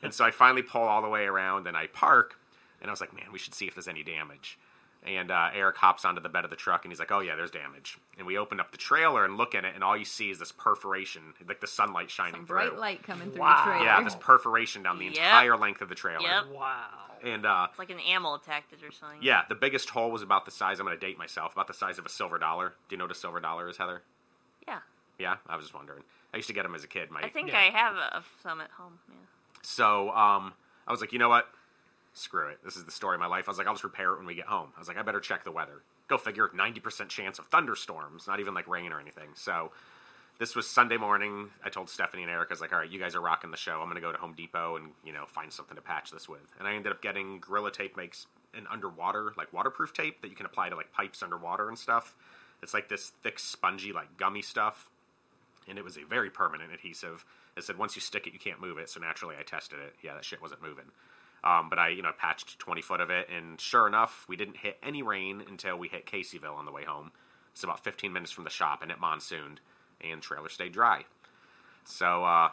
Speaker 1: And so I finally pull all the way around and I park, and I was like, man, we should see if there's any damage. And uh, Eric hops onto the bed of the truck and he's like, oh yeah, there's damage. And we open up the trailer and look in it, and all you see is this perforation, like the sunlight shining
Speaker 4: Some bright
Speaker 1: through.
Speaker 4: light coming through
Speaker 2: Wow.
Speaker 4: the trailer.
Speaker 1: Yeah, this perforation down the
Speaker 3: Yep.
Speaker 1: entire length of the trailer.
Speaker 3: Yep.
Speaker 4: Oh.
Speaker 2: Wow.
Speaker 1: And uh,
Speaker 3: It's like an animal attacked it or something.
Speaker 1: yeah, the biggest hole was about the size. I'm going to date myself. About the size of a silver dollar. Do you know what a silver dollar is, Heather?
Speaker 3: Yeah.
Speaker 1: Yeah, I was just wondering. I used to get them as a kid. Mike.
Speaker 3: I think
Speaker 2: Yeah.
Speaker 3: I have a, a- some at home. Yeah.
Speaker 1: So um, I was like, you know what? Screw it. This is the story of my life. I was like, I'll just repair it when we get home. I was like, I better check the weather. Go figure, 90% chance of thunderstorms, not even like rain or anything. So this was Sunday morning. I told Stephanie and Eric, I was like, all right, you guys are rocking the show. I'm going to go to Home Depot and, you know, find something to patch this with. And I ended up getting Gorilla Tape makes an underwater, like waterproof tape that you can apply to like pipes underwater and stuff. It's like this thick, spongy, like gummy stuff and it was a very permanent adhesive. It said once you stick it, you can't move it. So naturally, I tested it. Yeah, that shit wasn't moving. Um, but I, you know, patched 20 foot of it, and sure enough, we didn't hit any rain until we hit Caseyville on the way home. It's about 15 minutes from the shop, and it monsooned, and trailer stayed dry. So uh,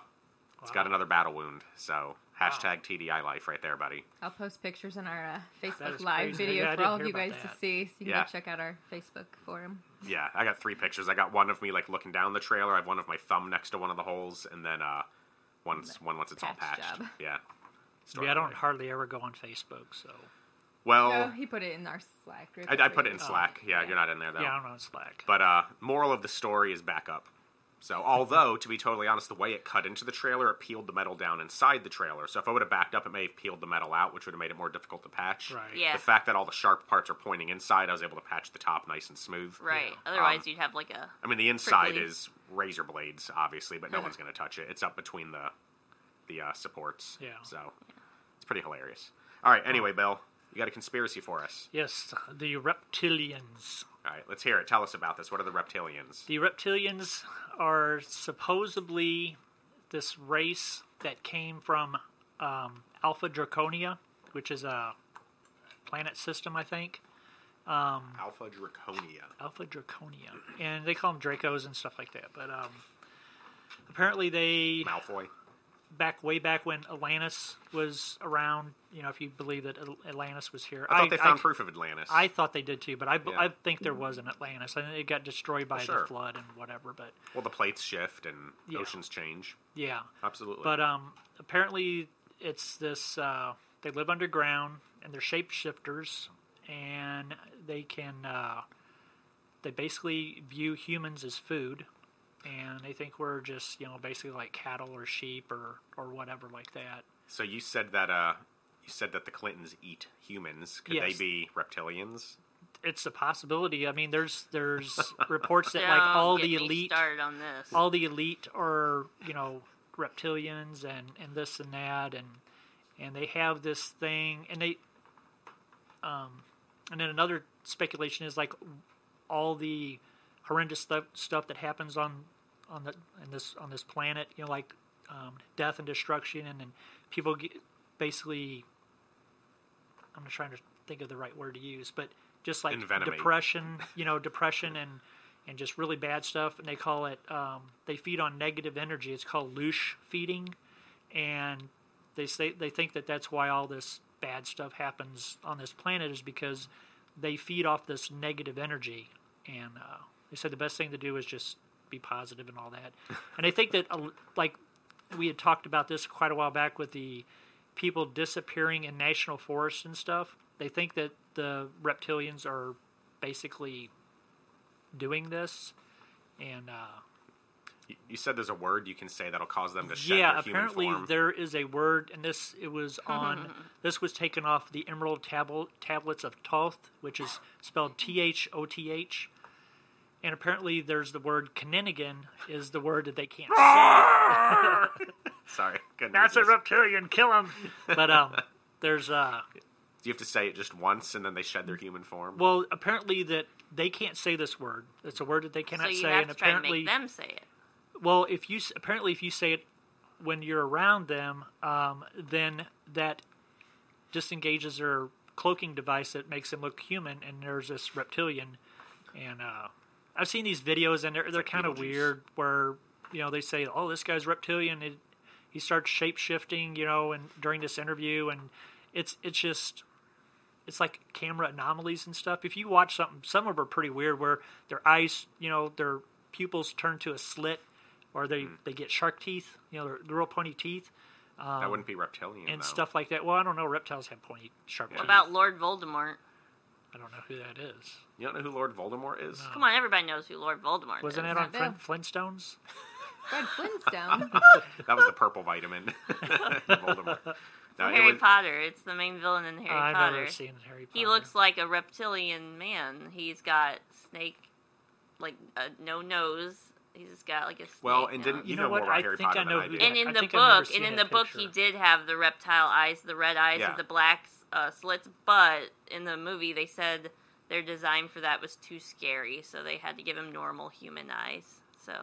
Speaker 1: it's got
Speaker 2: Wow.
Speaker 1: another battle wound. So hashtag TDI life right there, buddy.
Speaker 4: I'll post pictures in our uh, Facebook
Speaker 2: is
Speaker 4: Live
Speaker 2: crazy.
Speaker 4: video
Speaker 2: Yeah, I
Speaker 4: for
Speaker 2: didn't
Speaker 4: all of
Speaker 2: hear
Speaker 4: you
Speaker 2: about
Speaker 4: guys to
Speaker 2: that.
Speaker 4: see. So you can
Speaker 1: Yeah.
Speaker 4: go check out our Facebook forum.
Speaker 1: Yeah, I got three pictures. I got one of me like looking down the trailer. I have one of my thumb next to one of the holes, and then uh, once one once it's all
Speaker 4: Patch
Speaker 1: patched.
Speaker 4: job.
Speaker 1: Yeah. Story
Speaker 2: Yeah, I
Speaker 1: of my
Speaker 2: don't
Speaker 1: life.
Speaker 2: hardly ever go on Facebook, so
Speaker 1: Well,
Speaker 4: no, Oh, he put it in our Slack group.
Speaker 1: Oh. I, I put it in
Speaker 2: Oh.
Speaker 1: Slack. Yeah, you're not in there though.
Speaker 2: yeah, I'm on Slack.
Speaker 1: But uh, moral of the story is back up. So, although to be totally honest, the way it cut into the trailer, it peeled the metal down inside the trailer. So if I would have backed up, it may have peeled the metal out, which would have made it more difficult to patch.
Speaker 2: Right.
Speaker 3: Yeah.
Speaker 1: The fact that all the sharp parts are pointing inside, I was able to patch the top nice and smooth.
Speaker 3: Right.
Speaker 2: Yeah.
Speaker 3: Otherwise,
Speaker 1: Um,
Speaker 3: you'd have like a.
Speaker 1: I mean, the inside
Speaker 3: Prickly.
Speaker 1: is razor blades, obviously, but no one's going to touch it. It's up between the the uh, supports.
Speaker 2: Yeah.
Speaker 1: So it's pretty hilarious. All right. Anyway, Bill, you got a conspiracy for us.
Speaker 2: Yes, the reptilians.
Speaker 1: All right, let's hear it. Tell us about this. What are the reptilians?
Speaker 2: The reptilians are supposedly this race that came from um, Alpha Draconia, which is a planet system, I think.
Speaker 1: Alpha Draconia.
Speaker 2: Alpha Draconia, and they call them Dracos and stuff like that. But um, apparently, they
Speaker 1: Malfoy.
Speaker 2: back way back when Atlantis was around. You know, if you believe that Atl- Atlantis was here,
Speaker 1: I thought they found proof of Atlantis.
Speaker 2: I thought they did too, but I, b-
Speaker 1: Yeah.
Speaker 2: I think there was an Atlantis. I think it got destroyed by
Speaker 1: sure.
Speaker 2: the flood and whatever. But
Speaker 1: well, the plates shift and
Speaker 2: Yeah.
Speaker 1: oceans change.
Speaker 2: yeah,
Speaker 1: Absolutely.
Speaker 2: but um, apparently it's this. Uh, they live underground and they're shapeshifters, and they can. Uh, they basically view humans as food, and they think we're just you know basically like cattle or sheep or or whatever like that.
Speaker 1: so you said that uh, you said that the Clintons eat humans. Could
Speaker 2: Yes.
Speaker 1: they be reptilians?
Speaker 2: It's a possibility. I mean, there's there's reports that like
Speaker 3: Don't
Speaker 2: all
Speaker 3: get
Speaker 2: the
Speaker 3: me
Speaker 2: elite
Speaker 3: started on this.
Speaker 2: all the elite are you know reptilians and and this and that and and they have this thing and they um and then another speculation is like all the horrendous stuff stuff that happens on on the in this on this planet you know like um, death and destruction and then people get basically i'm just trying to think of the right word to use but just like
Speaker 1: Envenomate.
Speaker 2: depression you know depression and and just really bad stuff and they call it um, they feed on negative energy it's called louche feeding and they say they think that that's why all this bad stuff happens on this planet is because they feed off this negative energy and uh, they said the best thing to do is just be positive and all that and i think that uh, like we had talked about this quite a while back with the people disappearing in national forests and stuff they think that the reptilians are basically doing this and uh,
Speaker 1: Y- you said there's a word you can say that'll cause them to shed
Speaker 2: yeah,
Speaker 1: their human
Speaker 2: apparently
Speaker 1: form.
Speaker 2: there is a word, and this it was on. this was taken off the Emerald Tabl- Tablets of Toth, which is spelled T H O T H. And apparently, there's the word Kaninigan is the word that they can't say.
Speaker 1: Sorry, couldn't
Speaker 2: Ah, That's a
Speaker 1: resist.
Speaker 2: reptilian. Kill him. But um, there's uh,
Speaker 1: Do you have to say it just once and then they shed their human form?
Speaker 2: well, apparently that they can't say this word. It's a word that they cannot
Speaker 3: so you
Speaker 2: say,
Speaker 3: have
Speaker 2: and
Speaker 3: to try to
Speaker 2: apparently
Speaker 3: make them say it.
Speaker 2: Well, if you s- apparently if you say it when you're around them, um, then that disengages their cloaking device that makes them look human, and there's this reptilian. And uh, I've seen these videos, and they're they're kind of
Speaker 1: Beetlejuice.
Speaker 2: weird, where you know they say, "Oh, this guy's reptilian." It, he starts shape shifting, you know, and during this interview, and it's it's just it's like camera anomalies and stuff. If you watch something, some of them are pretty weird where their eyes, you know, their pupils turn to a slit or
Speaker 1: Mm-hmm.
Speaker 2: they, they get shark teeth, you know, their, their real pointy teeth
Speaker 1: that wouldn't be reptilian
Speaker 2: and
Speaker 1: though.
Speaker 2: stuff like that. Well, I don't know. Reptiles have pointy, sharp
Speaker 1: What
Speaker 3: What
Speaker 2: teeth.
Speaker 3: about Lord Voldemort?
Speaker 2: I don't know who that is.
Speaker 1: You don't know who Lord Voldemort is?
Speaker 3: Come on, everybody knows who Lord Voldemort
Speaker 2: Wasn't
Speaker 3: is.
Speaker 2: that on
Speaker 4: not them.
Speaker 2: Flint, Flintstones?
Speaker 4: Fred Flintstone.
Speaker 1: That was the purple vitamin. Voldemort. No, it
Speaker 3: Harry
Speaker 1: was-
Speaker 3: Potter. It's the main villain in Harry
Speaker 2: I've
Speaker 3: Potter.
Speaker 2: never seen Harry Potter.
Speaker 3: He looks like a reptilian man. He's got snake, like a no nose. He's just got like a snake.
Speaker 1: Well, and didn't-
Speaker 3: nose.
Speaker 1: You know more
Speaker 2: what?
Speaker 1: about
Speaker 2: I
Speaker 1: Harry
Speaker 2: think
Speaker 1: Potter
Speaker 2: I
Speaker 1: than
Speaker 2: know
Speaker 1: I
Speaker 2: who
Speaker 1: do.
Speaker 2: that-
Speaker 3: and in
Speaker 2: I
Speaker 3: the
Speaker 2: think I've never
Speaker 3: book,
Speaker 2: seen
Speaker 3: and in the
Speaker 2: that
Speaker 3: book, he
Speaker 2: picture.
Speaker 3: did have the reptile eyes, the red eyes
Speaker 1: Yeah.
Speaker 3: with the black uh, slits. But in the movie, they said their design for that was too scary, so they had to give him normal human eyes. So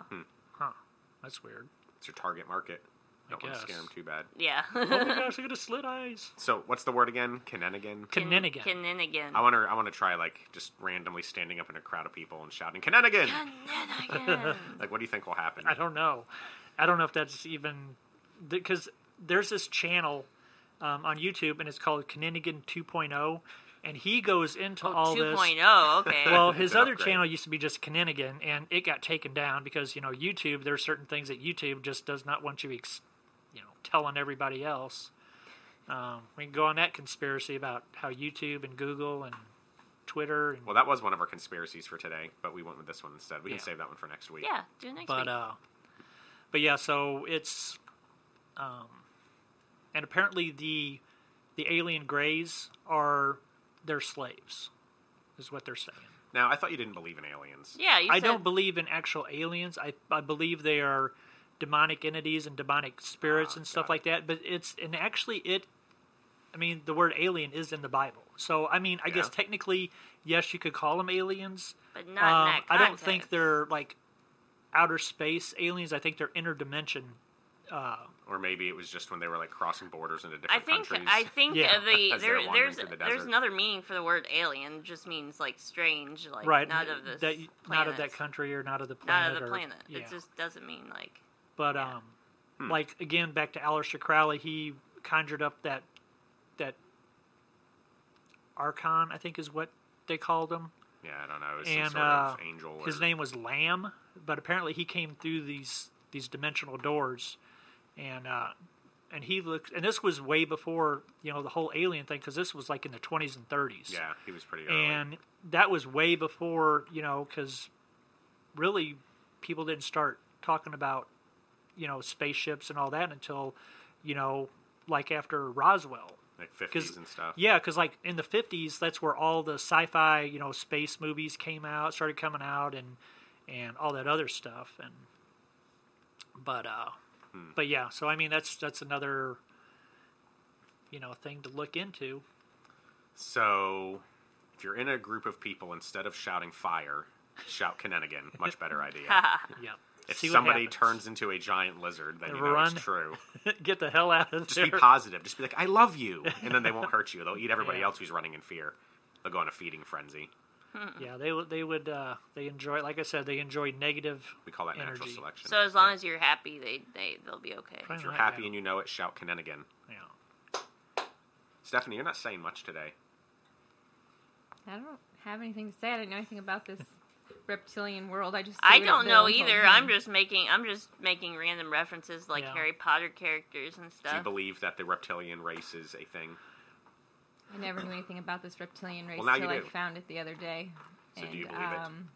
Speaker 2: Huh. That's weird.
Speaker 1: It's your target market. Don't want to scare
Speaker 2: guess.
Speaker 1: them too bad.
Speaker 3: yeah,
Speaker 2: Oh my gosh, look at his slit eyes.
Speaker 1: So, what's the word again? Kenenigan?
Speaker 3: Kin-
Speaker 2: Kinnigan.
Speaker 3: Kinnigan.
Speaker 1: I want to. I want to try like just randomly standing up in a crowd of people and shouting Kenenigan.
Speaker 3: Kinnigan.
Speaker 1: Like, what do you think will happen?
Speaker 2: I don't know. I don't know if that's even because there's this channel um, on YouTube and it's called Kinnigan 2.0, oh, and he goes into
Speaker 3: Oh,
Speaker 2: all this.
Speaker 3: 2.0. oh, Okay.
Speaker 2: Well,
Speaker 1: It's
Speaker 2: his
Speaker 1: an
Speaker 2: other
Speaker 1: upgrade.
Speaker 2: channel used to be just Kinnigan, and it got taken down because you know YouTube. There's certain things that YouTube just does not want you, ex- you know, telling everybody else. Um, we can go on that conspiracy about how YouTube and Google and Twitter and
Speaker 1: Well, that was one of our conspiracies for today, but we went with this one instead. We
Speaker 2: Yeah.
Speaker 1: can save that one for next week.
Speaker 3: yeah. Do it next
Speaker 2: but
Speaker 3: week.
Speaker 2: uh but yeah so it's um and apparently the the alien grays are their slaves is what they're saying
Speaker 1: Now, I thought you didn't believe in aliens.
Speaker 3: yeah, you
Speaker 2: i
Speaker 3: said,
Speaker 2: don't believe in actual aliens i i believe they are demonic entities and demonic spirits
Speaker 1: Ah,
Speaker 2: and stuff
Speaker 1: got it.
Speaker 2: like that but it's and actually it i mean the word alien is in the bible so i mean i guess
Speaker 1: Yeah.
Speaker 2: technically yes you could call them aliens
Speaker 3: but not in
Speaker 2: um,
Speaker 3: that
Speaker 2: I don't think
Speaker 3: context.
Speaker 2: they're like outer space aliens. I think they're interdimension. uh,
Speaker 1: Or maybe it was just when they were like crossing borders into
Speaker 3: I
Speaker 1: different
Speaker 3: think
Speaker 1: countries.
Speaker 3: I think
Speaker 2: Yeah.
Speaker 3: uh, the
Speaker 1: As they're
Speaker 3: there,
Speaker 1: wandering
Speaker 3: there's
Speaker 1: through the
Speaker 3: there's
Speaker 1: desert.
Speaker 3: another meaning for the word alien. It just means like strange, like
Speaker 2: right?
Speaker 3: not of this,
Speaker 2: that, not of that
Speaker 3: planet.
Speaker 2: country or not of the
Speaker 3: not
Speaker 2: planet.
Speaker 3: of the
Speaker 2: or-
Speaker 3: planet.
Speaker 2: Yeah.
Speaker 3: It just doesn't mean like
Speaker 2: but um, like again, back to Aleister Crowley, he conjured up that that archon. I think is what they called him.
Speaker 1: yeah, I don't know. It was
Speaker 2: and
Speaker 1: some sort
Speaker 2: uh,
Speaker 1: of angel.
Speaker 2: his
Speaker 1: or-
Speaker 2: name was Lamb, but apparently he came through these these dimensional doors, and uh, and he looked. And this was way before you know the whole alien thing, because this was like in the twenties and thirties.
Speaker 1: Yeah, he was pretty early.
Speaker 2: and that was way before you know, because really people didn't start talking about you know spaceships and all that until you know like after Roswell.
Speaker 1: like
Speaker 2: 'Cause-
Speaker 1: fifties and stuff.
Speaker 2: Yeah, because like in the fifties, that's where all the sci-fi, you know, space movies came out, started coming out, and and all that other stuff. And but uh,
Speaker 1: Hmm.
Speaker 2: but yeah. So I mean, that's that's another you know thing to look into.
Speaker 1: So, if you're in a group of people, instead of shouting fire, shout Kenenigan. Much better idea.
Speaker 3: ha.
Speaker 2: Yeah.
Speaker 1: if
Speaker 2: See what
Speaker 1: somebody
Speaker 2: happens.
Speaker 1: turns into a giant lizard, then you know
Speaker 2: Run.
Speaker 1: it's true.
Speaker 2: get the hell out of
Speaker 1: Just
Speaker 2: there.
Speaker 1: be positive. Just be like, I love you. And then they won't hurt you. They'll eat everybody
Speaker 2: Yeah.
Speaker 1: else who's running in fear. They'll go on a feeding frenzy.
Speaker 2: yeah, they would. They would. Uh, they enjoy. Like I said, they enjoy negative.
Speaker 1: We call that natural
Speaker 2: Energy.
Speaker 1: selection.
Speaker 3: So as long as you're happy, they they they'll be okay.
Speaker 2: Right.
Speaker 1: if you're
Speaker 2: Yeah.
Speaker 1: happy and you know it, shout Kenenigan.
Speaker 2: You know,
Speaker 1: Stephanie, you're not saying much today.
Speaker 4: I don't have anything to say. I didn't know anything about this reptilian world. I just
Speaker 3: I
Speaker 4: threw it at
Speaker 3: don't know
Speaker 4: Bill and told
Speaker 3: either.
Speaker 4: him.
Speaker 3: I'm just making I'm just making random references like
Speaker 2: Yeah.
Speaker 3: Harry Potter characters and
Speaker 1: Do you
Speaker 3: stuff.
Speaker 1: believe that the reptilian race is a thing?
Speaker 4: I never knew anything about this reptilian race
Speaker 1: Well, now you
Speaker 4: until I
Speaker 1: do.
Speaker 4: found it the other day.
Speaker 1: So
Speaker 4: and,
Speaker 1: do you believe it?
Speaker 4: um,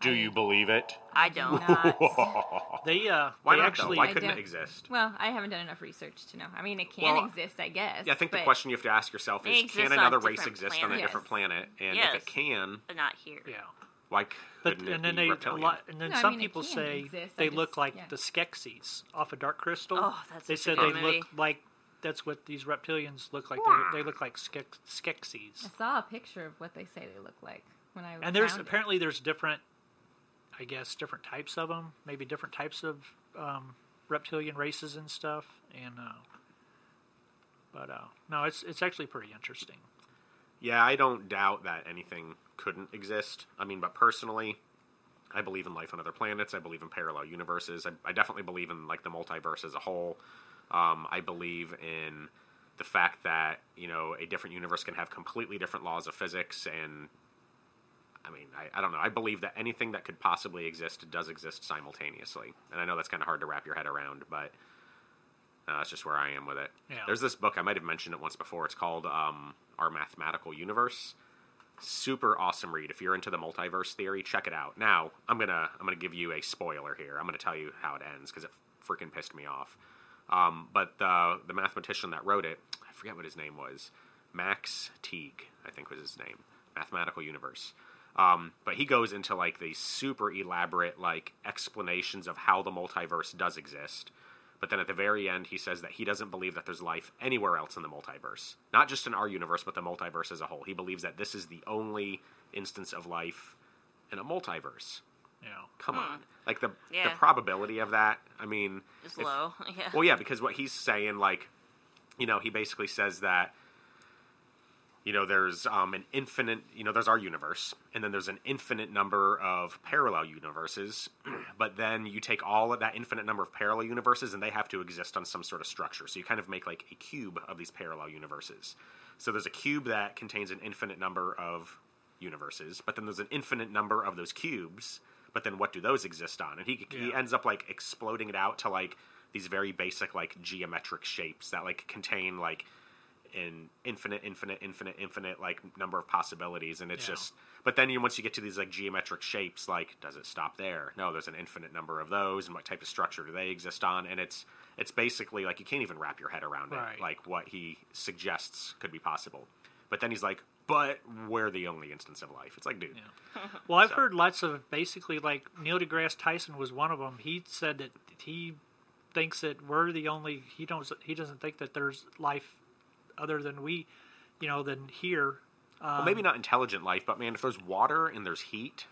Speaker 6: Do you believe it?
Speaker 3: I don't.
Speaker 2: They uh,
Speaker 1: Why
Speaker 2: they
Speaker 1: not,
Speaker 2: actually
Speaker 1: though? Why
Speaker 4: I
Speaker 1: couldn't it
Speaker 4: don't-
Speaker 1: exist?
Speaker 4: Well, I haven't done enough research to know. I mean, it can
Speaker 1: Well,
Speaker 4: exist, I guess.
Speaker 1: Yeah, I think the
Speaker 4: but-
Speaker 1: question you have to ask yourself
Speaker 3: They
Speaker 1: is:
Speaker 3: exist
Speaker 1: Can
Speaker 3: on
Speaker 1: another race
Speaker 3: different
Speaker 1: exist on a
Speaker 3: planets.
Speaker 1: different planet? And if
Speaker 3: Yes.
Speaker 1: it can,
Speaker 3: but not here.
Speaker 2: yeah.
Speaker 1: why
Speaker 2: But
Speaker 1: couldn't
Speaker 2: and
Speaker 1: it
Speaker 2: then
Speaker 1: be
Speaker 2: they a
Speaker 1: reptilian?
Speaker 2: lot, and then
Speaker 4: No, I
Speaker 2: some
Speaker 4: mean, it
Speaker 2: people
Speaker 4: can
Speaker 2: say
Speaker 4: exist, I
Speaker 2: they
Speaker 4: just-
Speaker 2: look like
Speaker 4: yeah.
Speaker 2: the Skeksis off of Dark Crystal.
Speaker 3: Oh, that's
Speaker 2: they
Speaker 3: such a
Speaker 2: said
Speaker 3: good
Speaker 2: they
Speaker 3: movie.
Speaker 2: look like that's what these reptilians look like. They, they look like Skek, Skeksis.
Speaker 4: I saw a picture of what they say they look like when I
Speaker 2: And there's
Speaker 4: found it.
Speaker 2: apparently there's different, I guess, different types of them. Maybe different types of um, reptilian races and stuff. And uh, but uh, no, it's it's actually pretty interesting.
Speaker 1: Yeah, I don't doubt that anything couldn't exist. I mean, but personally, I believe in life on other planets. I believe in parallel universes. I, I definitely believe in like the multiverse as a whole. Um, I believe in the fact that you know a different universe can have completely different laws of physics and. I mean, I, I don't know. I believe that anything that could possibly exist does exist simultaneously, and I know that's kind of hard to wrap your head around, but uh, that's just where I am with it.
Speaker 2: Yeah.
Speaker 1: There's this book I might have mentioned it once before. It's called um, Our Mathematical Universe. Super awesome read. If you're into the multiverse theory, check it out. Now I'm gonna I'm gonna give you a spoiler here. I'm gonna tell you how it ends because it freaking pissed me off. Um, but the the mathematician that wrote it, I forget what his name was, Max Teague, I think was his name. Mathematical Universe. Um, but he goes into like these super elaborate like explanations of how the multiverse does exist. But then at the very end, he says that he doesn't believe that there's life anywhere else in the multiverse. Not just in our universe, but the multiverse as a whole. He believes that this is the only instance of life in a multiverse.
Speaker 2: You know,
Speaker 1: Come on. Like the the
Speaker 3: Hmm. Yeah.
Speaker 1: probability of that, I mean
Speaker 3: It's
Speaker 1: if-
Speaker 3: low. Yeah.
Speaker 1: well, yeah, because what he's saying, like, you know, he basically says that, you know, there's um, an infinite, you know, there's our universe, and then there's an infinite number of parallel universes, but then you take all of that infinite number of parallel universes and they have to exist on some sort of structure. So you kind of make like a cube of these parallel universes. So there's a cube that contains an infinite number of universes, but then there's an infinite number of those cubes. But then, what do those exist on? And he, he
Speaker 2: Yeah.
Speaker 1: ends up like exploding it out to like these very basic like geometric shapes that like contain like an infinite, infinite, infinite, infinite like number of possibilities. And it's
Speaker 2: Yeah.
Speaker 1: just, but then you once you get to these like geometric shapes, like does it stop there? No, there's an infinite number of those, and what type of structure do they exist on? And it's it's basically like you can't even wrap your head around
Speaker 2: Right.
Speaker 1: it, like what he suggests could be possible. But then he's like, but we're the only instance of life. It's like, dude,
Speaker 2: Well, I've
Speaker 1: So-
Speaker 2: heard lots of basically like Neil deGrasse Tyson was one of them. He said that he thinks that we're the only he don't he doesn't think that there's life other than we, you know, than here.
Speaker 1: Well, maybe not intelligent life, but man, if there's water and there's heat,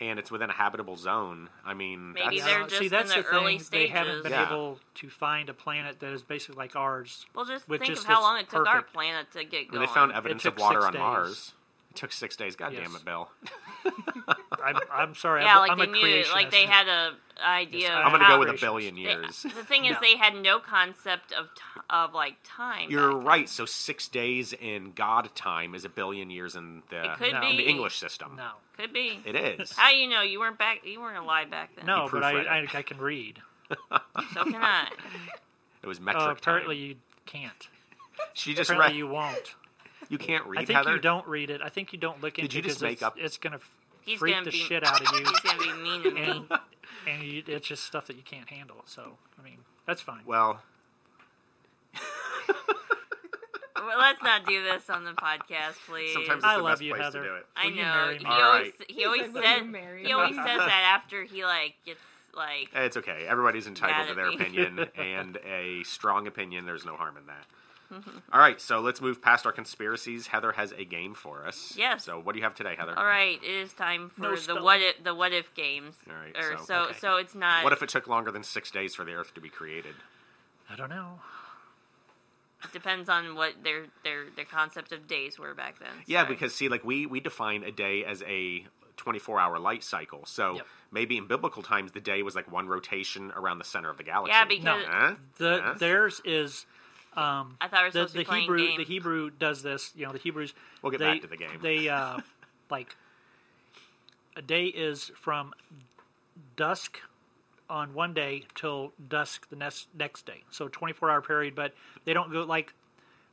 Speaker 1: and it's within a habitable zone, I mean,
Speaker 3: Maybe
Speaker 1: that's-
Speaker 3: they're
Speaker 2: Uh,
Speaker 3: just
Speaker 2: See, that's
Speaker 3: in
Speaker 2: the,
Speaker 3: the, early
Speaker 2: thing.
Speaker 3: stages.
Speaker 2: They haven't been
Speaker 1: Yeah.
Speaker 2: able to find a planet that is basically like ours.
Speaker 3: well, just
Speaker 2: with
Speaker 3: think
Speaker 2: just
Speaker 3: of how
Speaker 2: that's
Speaker 3: long it took our
Speaker 2: perfect.
Speaker 3: planet to get
Speaker 1: I mean,
Speaker 3: going.
Speaker 1: they found evidence
Speaker 2: took
Speaker 1: of water
Speaker 2: six
Speaker 1: on
Speaker 2: days.
Speaker 1: Mars. It took six days. God
Speaker 2: Yes.
Speaker 1: damn it, Bill.
Speaker 2: I'm, I'm sorry.
Speaker 3: yeah,
Speaker 2: I'm,
Speaker 3: like
Speaker 2: I'm
Speaker 3: they
Speaker 2: a
Speaker 3: knew, like they
Speaker 2: creationist.
Speaker 3: had a idea.
Speaker 2: Yes,
Speaker 3: of
Speaker 1: I'm
Speaker 2: I'm
Speaker 1: gonna
Speaker 3: how-
Speaker 1: go with a billion
Speaker 2: Operations.
Speaker 3: they-
Speaker 1: years.
Speaker 3: The thing is,
Speaker 2: No.
Speaker 3: they had no concept of t- of like time.
Speaker 1: You're
Speaker 3: back
Speaker 1: right. So six days in God time is a billion years in the,
Speaker 3: It could
Speaker 1: in the
Speaker 3: be.
Speaker 1: English system.
Speaker 2: no,
Speaker 3: then. Could be.
Speaker 1: It is.
Speaker 3: How do you know you weren't back? You weren't alive back then.
Speaker 2: no,
Speaker 1: You
Speaker 2: but I, I
Speaker 1: proofread
Speaker 2: I can read.
Speaker 3: so can I.
Speaker 1: It was
Speaker 2: Uh,
Speaker 1: metric
Speaker 2: apparently
Speaker 1: time.
Speaker 2: you can't.
Speaker 1: She just
Speaker 2: Apparently
Speaker 1: read.
Speaker 2: you
Speaker 1: You,
Speaker 2: won't.
Speaker 1: can't read,
Speaker 2: I think
Speaker 1: Heather.
Speaker 2: you don't read it. I think you don't look into.
Speaker 1: Did you
Speaker 2: it 'cause
Speaker 1: just make
Speaker 2: it's,
Speaker 1: up-
Speaker 2: It's gonna f-
Speaker 3: He's
Speaker 2: freak
Speaker 3: gonna
Speaker 2: the
Speaker 3: be-
Speaker 2: shit out of you,
Speaker 3: He's gonna be mean to me.
Speaker 2: and and you, it's just stuff that you can't handle. So I mean, that's fine.
Speaker 1: Well,
Speaker 3: well, let's not do this on the podcast, please.
Speaker 1: sometimes it's
Speaker 2: I
Speaker 1: the
Speaker 2: love
Speaker 1: best
Speaker 2: you,
Speaker 1: place
Speaker 2: Heather.
Speaker 1: to do it.
Speaker 3: I
Speaker 2: Will you
Speaker 3: know.
Speaker 2: marry
Speaker 3: He
Speaker 2: me?
Speaker 1: All
Speaker 3: always
Speaker 1: right.
Speaker 3: he always
Speaker 4: said, "Will you
Speaker 3: said
Speaker 4: marry
Speaker 3: he always
Speaker 1: me?"
Speaker 3: says that after he like gets like
Speaker 1: It's okay. Everybody's entitled
Speaker 3: Mad
Speaker 1: to
Speaker 3: at
Speaker 1: their
Speaker 3: me.
Speaker 1: opinion and a strong opinion. There's no harm in that. All right, so let's move past our conspiracies. Heather has a game for us.
Speaker 3: Yes.
Speaker 1: So what do you have today, Heather?
Speaker 3: All right, it is time for
Speaker 2: No
Speaker 3: the
Speaker 2: spelling.
Speaker 3: what if the what if games.
Speaker 1: All right,
Speaker 3: Or
Speaker 1: so-
Speaker 3: so
Speaker 1: okay.
Speaker 3: so it's not.
Speaker 1: What if it took longer than six days for the Earth to be created?
Speaker 2: I don't know.
Speaker 3: it depends on what their their their concept of days were back then?
Speaker 1: Yeah,
Speaker 3: so.
Speaker 1: because see, like we we define a day as a 24 hour light cycle. So
Speaker 2: Yep.
Speaker 1: maybe in biblical times, the day was like one rotation around the center of the galaxy.
Speaker 3: Yeah, because- No.
Speaker 1: Huh?
Speaker 2: The
Speaker 1: Huh?
Speaker 2: theirs is um,
Speaker 3: I thought we were
Speaker 2: the,
Speaker 3: supposed
Speaker 2: the
Speaker 3: to be
Speaker 2: Hebrew
Speaker 3: playing
Speaker 2: the
Speaker 3: games.
Speaker 2: Hebrew does this. You know, the Hebrews.
Speaker 1: We'll get
Speaker 2: they,
Speaker 1: back to the game.
Speaker 2: They uh, like a day is from dusk on one day till dusk the next next day. So twenty four hour period, but they don't go like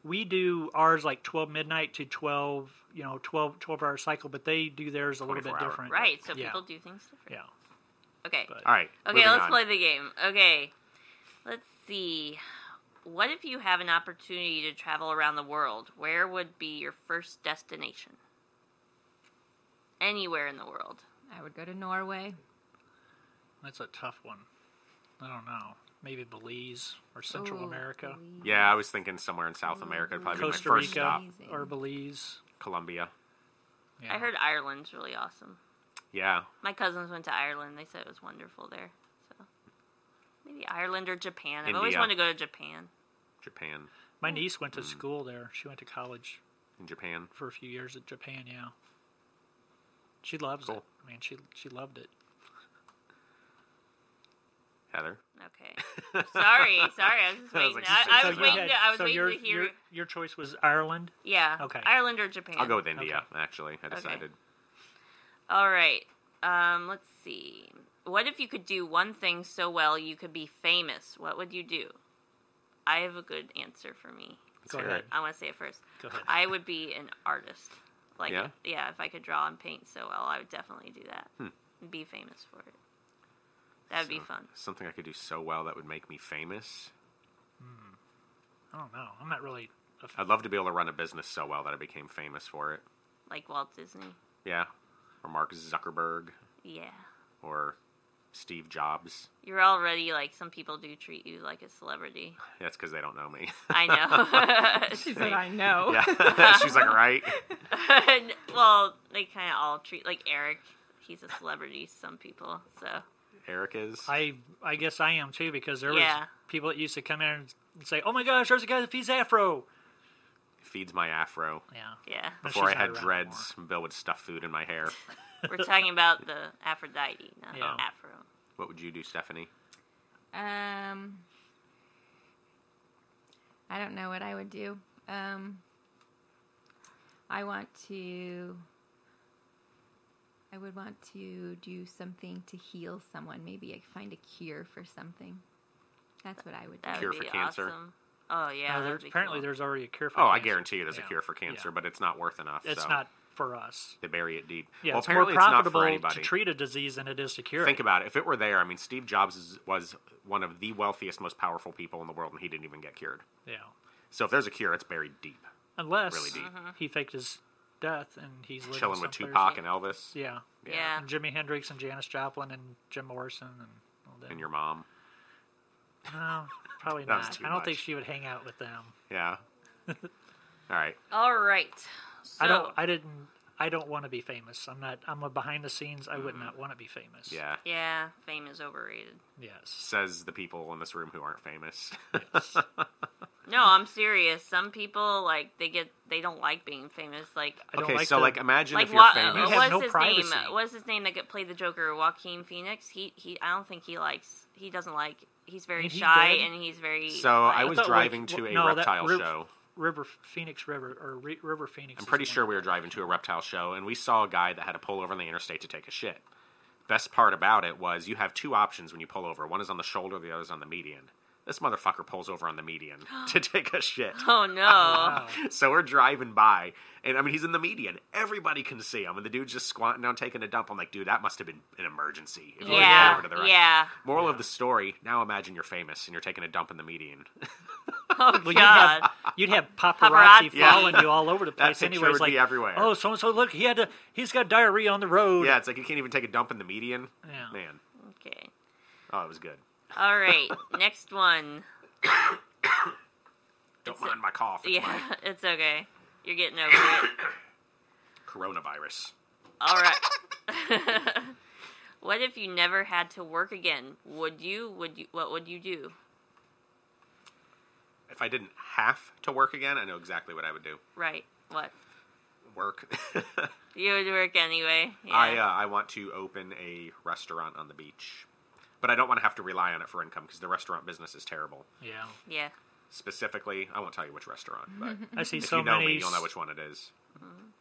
Speaker 2: we do ours like 12 midnight to 12, you know, 12, 12 hour cycle, but they do theirs a little bit
Speaker 1: 24 hour.
Speaker 2: different.
Speaker 3: Right, so
Speaker 2: Yeah.
Speaker 3: people do things different.
Speaker 2: Yeah.
Speaker 3: Okay.
Speaker 2: But-
Speaker 1: All right.
Speaker 3: Okay,
Speaker 1: moving
Speaker 3: let's
Speaker 1: on.
Speaker 3: play the game. Okay, let's see. What if you have an opportunity to travel around the world? Where would be your first destination? Anywhere in the world.
Speaker 4: I would go to Norway.
Speaker 2: That's a tough one. I don't know. Maybe Belize or Central
Speaker 4: Ooh,
Speaker 2: America,
Speaker 4: Belize.
Speaker 1: Yeah, I was thinking somewhere in South America would probably be
Speaker 2: Costa
Speaker 1: my first
Speaker 2: Rica,
Speaker 1: stop.
Speaker 4: Amazing.
Speaker 2: or Belize.
Speaker 1: Colombia.
Speaker 2: Yeah.
Speaker 3: I heard Ireland's really awesome.
Speaker 1: Yeah.
Speaker 3: My cousins went to Ireland. They said it was wonderful there. So maybe Ireland or Japan. I've always
Speaker 1: India.
Speaker 3: wanted to go to Japan.
Speaker 1: Japan.
Speaker 2: my
Speaker 3: Mm.
Speaker 2: niece went to school there. She went to college
Speaker 1: In Japan.
Speaker 2: for a few years at Japan. Yeah, she loves it.
Speaker 1: Cool.
Speaker 2: I mean, she she loved it.
Speaker 1: Heather.
Speaker 3: Okay. sorry, sorry. I was just
Speaker 1: I was
Speaker 3: waiting.
Speaker 1: like,
Speaker 3: I, I
Speaker 1: so
Speaker 3: was
Speaker 1: you
Speaker 3: waiting.
Speaker 1: had-
Speaker 3: To, I was
Speaker 2: so
Speaker 3: waiting
Speaker 2: your,
Speaker 3: to hear.
Speaker 2: Your, your choice was Ireland.
Speaker 3: yeah.
Speaker 2: Okay.
Speaker 3: Ireland or Japan.
Speaker 1: I'll go with India, actually. I decided.
Speaker 3: All right. Um, let's see. What if you could do one thing so well you could be famous? What would you do? I have a good answer for me.
Speaker 1: Let's
Speaker 2: Go
Speaker 1: hear
Speaker 2: ahead.
Speaker 1: it.
Speaker 3: I want to say it first.
Speaker 2: Go ahead.
Speaker 3: I would be an artist. Like,
Speaker 1: Yeah?
Speaker 3: if I could draw and paint so well, I would definitely do that.
Speaker 1: Hmm.
Speaker 3: And Be famous for it. That would be
Speaker 1: So,
Speaker 3: fun.
Speaker 1: Something I could do so well that would make me famous.
Speaker 2: I don't know. I'm not really. a f-
Speaker 1: I'd love to be able to run a business so well that I became famous for it.
Speaker 3: Like Walt Disney.
Speaker 1: Yeah. Or Mark Zuckerberg
Speaker 3: Yeah.
Speaker 1: or Steve Jobs.
Speaker 3: You're already like some people do treat you like a celebrity.
Speaker 1: That's because they don't know me.
Speaker 3: I know.
Speaker 4: She said, I
Speaker 2: Oh.
Speaker 4: know.
Speaker 1: yeah. She's like, right?
Speaker 3: And, well, they kind of all treat like Eric. He's a celebrity. to Some people, so
Speaker 1: Eric is.
Speaker 2: I I guess I am too because there
Speaker 3: Yeah.
Speaker 2: was people that used to come in and say, "Oh my gosh, there's a guy that feeds afro."
Speaker 1: Feeds my afro.
Speaker 2: Yeah.
Speaker 3: yeah,
Speaker 2: But
Speaker 1: Before I
Speaker 2: she's not
Speaker 1: had
Speaker 2: around
Speaker 1: dreads, Bill would stuff food in my hair.
Speaker 3: we're talking about the Aphrodite, not
Speaker 2: Yeah.
Speaker 3: Afro.
Speaker 1: What would you do, Stephanie?
Speaker 4: Um, I don't know what I would do. Um, I want to. I would want to do something to heal someone. Maybe I could find a cure for something. That's what I would do.
Speaker 3: That
Speaker 1: Cure
Speaker 3: would
Speaker 1: for
Speaker 3: be
Speaker 1: cancer?
Speaker 3: Awesome. Oh yeah,
Speaker 2: Uh,
Speaker 3: that
Speaker 2: there-
Speaker 3: would be
Speaker 2: apparently,
Speaker 3: cool.
Speaker 2: there's already a cure for.
Speaker 1: Oh, I
Speaker 2: cancer.
Speaker 1: guarantee you there's
Speaker 2: Yeah.
Speaker 1: a cure for cancer,
Speaker 2: Yeah.
Speaker 1: but it's not worth enough.
Speaker 2: It's
Speaker 1: so
Speaker 2: not for us.
Speaker 1: They bury it deep.
Speaker 2: Yeah,
Speaker 1: well,
Speaker 2: it's more
Speaker 1: apparently it's not
Speaker 2: profitable
Speaker 1: for anybody.
Speaker 2: to treat a disease than it is to cure
Speaker 1: Think
Speaker 2: it.
Speaker 1: about it. If it were there, I mean, Steve Jobs is, was one of the wealthiest, most powerful people in the world, and he didn't even get cured.
Speaker 2: Yeah,
Speaker 1: So if there's a cure, it's buried deep.
Speaker 2: unless
Speaker 1: Really deep.
Speaker 2: he faked his death and he's living
Speaker 1: Chilling with
Speaker 2: someplace-
Speaker 1: Tupac and Elvis
Speaker 2: Yeah,
Speaker 1: yeah.
Speaker 3: yeah.
Speaker 2: and Jimi Hendrix and Janis Joplin and Jim Morrison and all that.
Speaker 1: and your mom.
Speaker 2: no, probably
Speaker 1: That was
Speaker 2: not.
Speaker 1: too
Speaker 2: I don't
Speaker 1: much.
Speaker 2: think she would hang out with them.
Speaker 1: Yeah. All right.
Speaker 3: All right. So,
Speaker 2: I don't. I didn't. I don't want to be famous. I'm not. I'm a behind the scenes. I would not want to be famous.
Speaker 1: Mm-hmm. Yeah.
Speaker 3: yeah, fame is overrated.
Speaker 2: Yes.
Speaker 1: Says the people in this room who aren't famous.
Speaker 3: No, I'm serious. Some people like they get they don't like being famous. Like
Speaker 2: I don't
Speaker 1: okay,
Speaker 2: like
Speaker 1: so
Speaker 2: the-
Speaker 1: like imagine
Speaker 3: like
Speaker 1: if you're
Speaker 3: what
Speaker 1: famous.
Speaker 2: You have
Speaker 3: what's
Speaker 2: no
Speaker 3: his
Speaker 2: privacy.
Speaker 3: name? Uh, What's his name that could play the Joker? Joaquin Phoenix. He he. I don't think he likes. He doesn't like. He's very
Speaker 2: Ain't he
Speaker 3: shy
Speaker 2: dead?
Speaker 3: and he's very.
Speaker 1: So I
Speaker 2: I
Speaker 1: was
Speaker 2: thought, like,
Speaker 1: driving to
Speaker 2: wh-
Speaker 1: a
Speaker 2: no, that
Speaker 1: reptile
Speaker 2: roof-
Speaker 1: show.
Speaker 2: River Phoenix River or Re- River Phoenix.
Speaker 1: I'm
Speaker 2: is
Speaker 1: pretty
Speaker 2: the one.
Speaker 1: sure we were driving to a reptile show, and we saw a guy that had to pull over on the interstate to take a shit. Best part about it was you have two options when you pull over. One is on the shoulder, the other is on the median. This motherfucker pulls over on the median to take a shit.
Speaker 3: Oh no.
Speaker 2: Wow.
Speaker 1: So we're driving by, and I mean, he's in the median. Everybody can see him, and the dude's just squatting down, taking a dump. I'm like, dude, that must have been an emergency. If you would've gone
Speaker 3: Yeah,
Speaker 1: over to the right.
Speaker 3: yeah.
Speaker 1: Moral of the story: Now imagine you're famous and you're taking a dump in the median.
Speaker 3: Oh
Speaker 2: Well, you'd
Speaker 3: God.
Speaker 2: have, you'd have paparazzi,
Speaker 3: Paparazzi.
Speaker 2: following you all over the
Speaker 1: That
Speaker 2: place.
Speaker 1: picture
Speaker 2: Anyways,
Speaker 1: would
Speaker 2: like
Speaker 1: be everywhere.
Speaker 2: Oh, so and so, look, he had to, he's got diarrhea on the road.
Speaker 1: yeah, it's like you can't even take a dump in the median.
Speaker 2: Yeah.
Speaker 1: Man,
Speaker 3: Okay.
Speaker 1: oh, it was good.
Speaker 3: All right. Next one.
Speaker 1: Don't mind my cough. It's
Speaker 3: Yeah,
Speaker 1: my
Speaker 3: it's okay. You're getting over it.
Speaker 1: coronavirus.
Speaker 3: All right. what if you never had to work again? Would you? Would you? What would you do?
Speaker 1: If I didn't have to work again, I know exactly what I would do.
Speaker 3: Right. What?
Speaker 1: Work.
Speaker 3: You would work anyway. Yeah.
Speaker 1: I uh, I want to open a restaurant on the beach, but I don't want to have to rely on it for income because the restaurant business is terrible.
Speaker 2: Yeah.
Speaker 3: yeah.
Speaker 1: Specifically, I won't tell you which restaurant, but
Speaker 2: I see
Speaker 1: if
Speaker 2: so
Speaker 1: you know
Speaker 2: many.
Speaker 1: me, you'll know which one it is.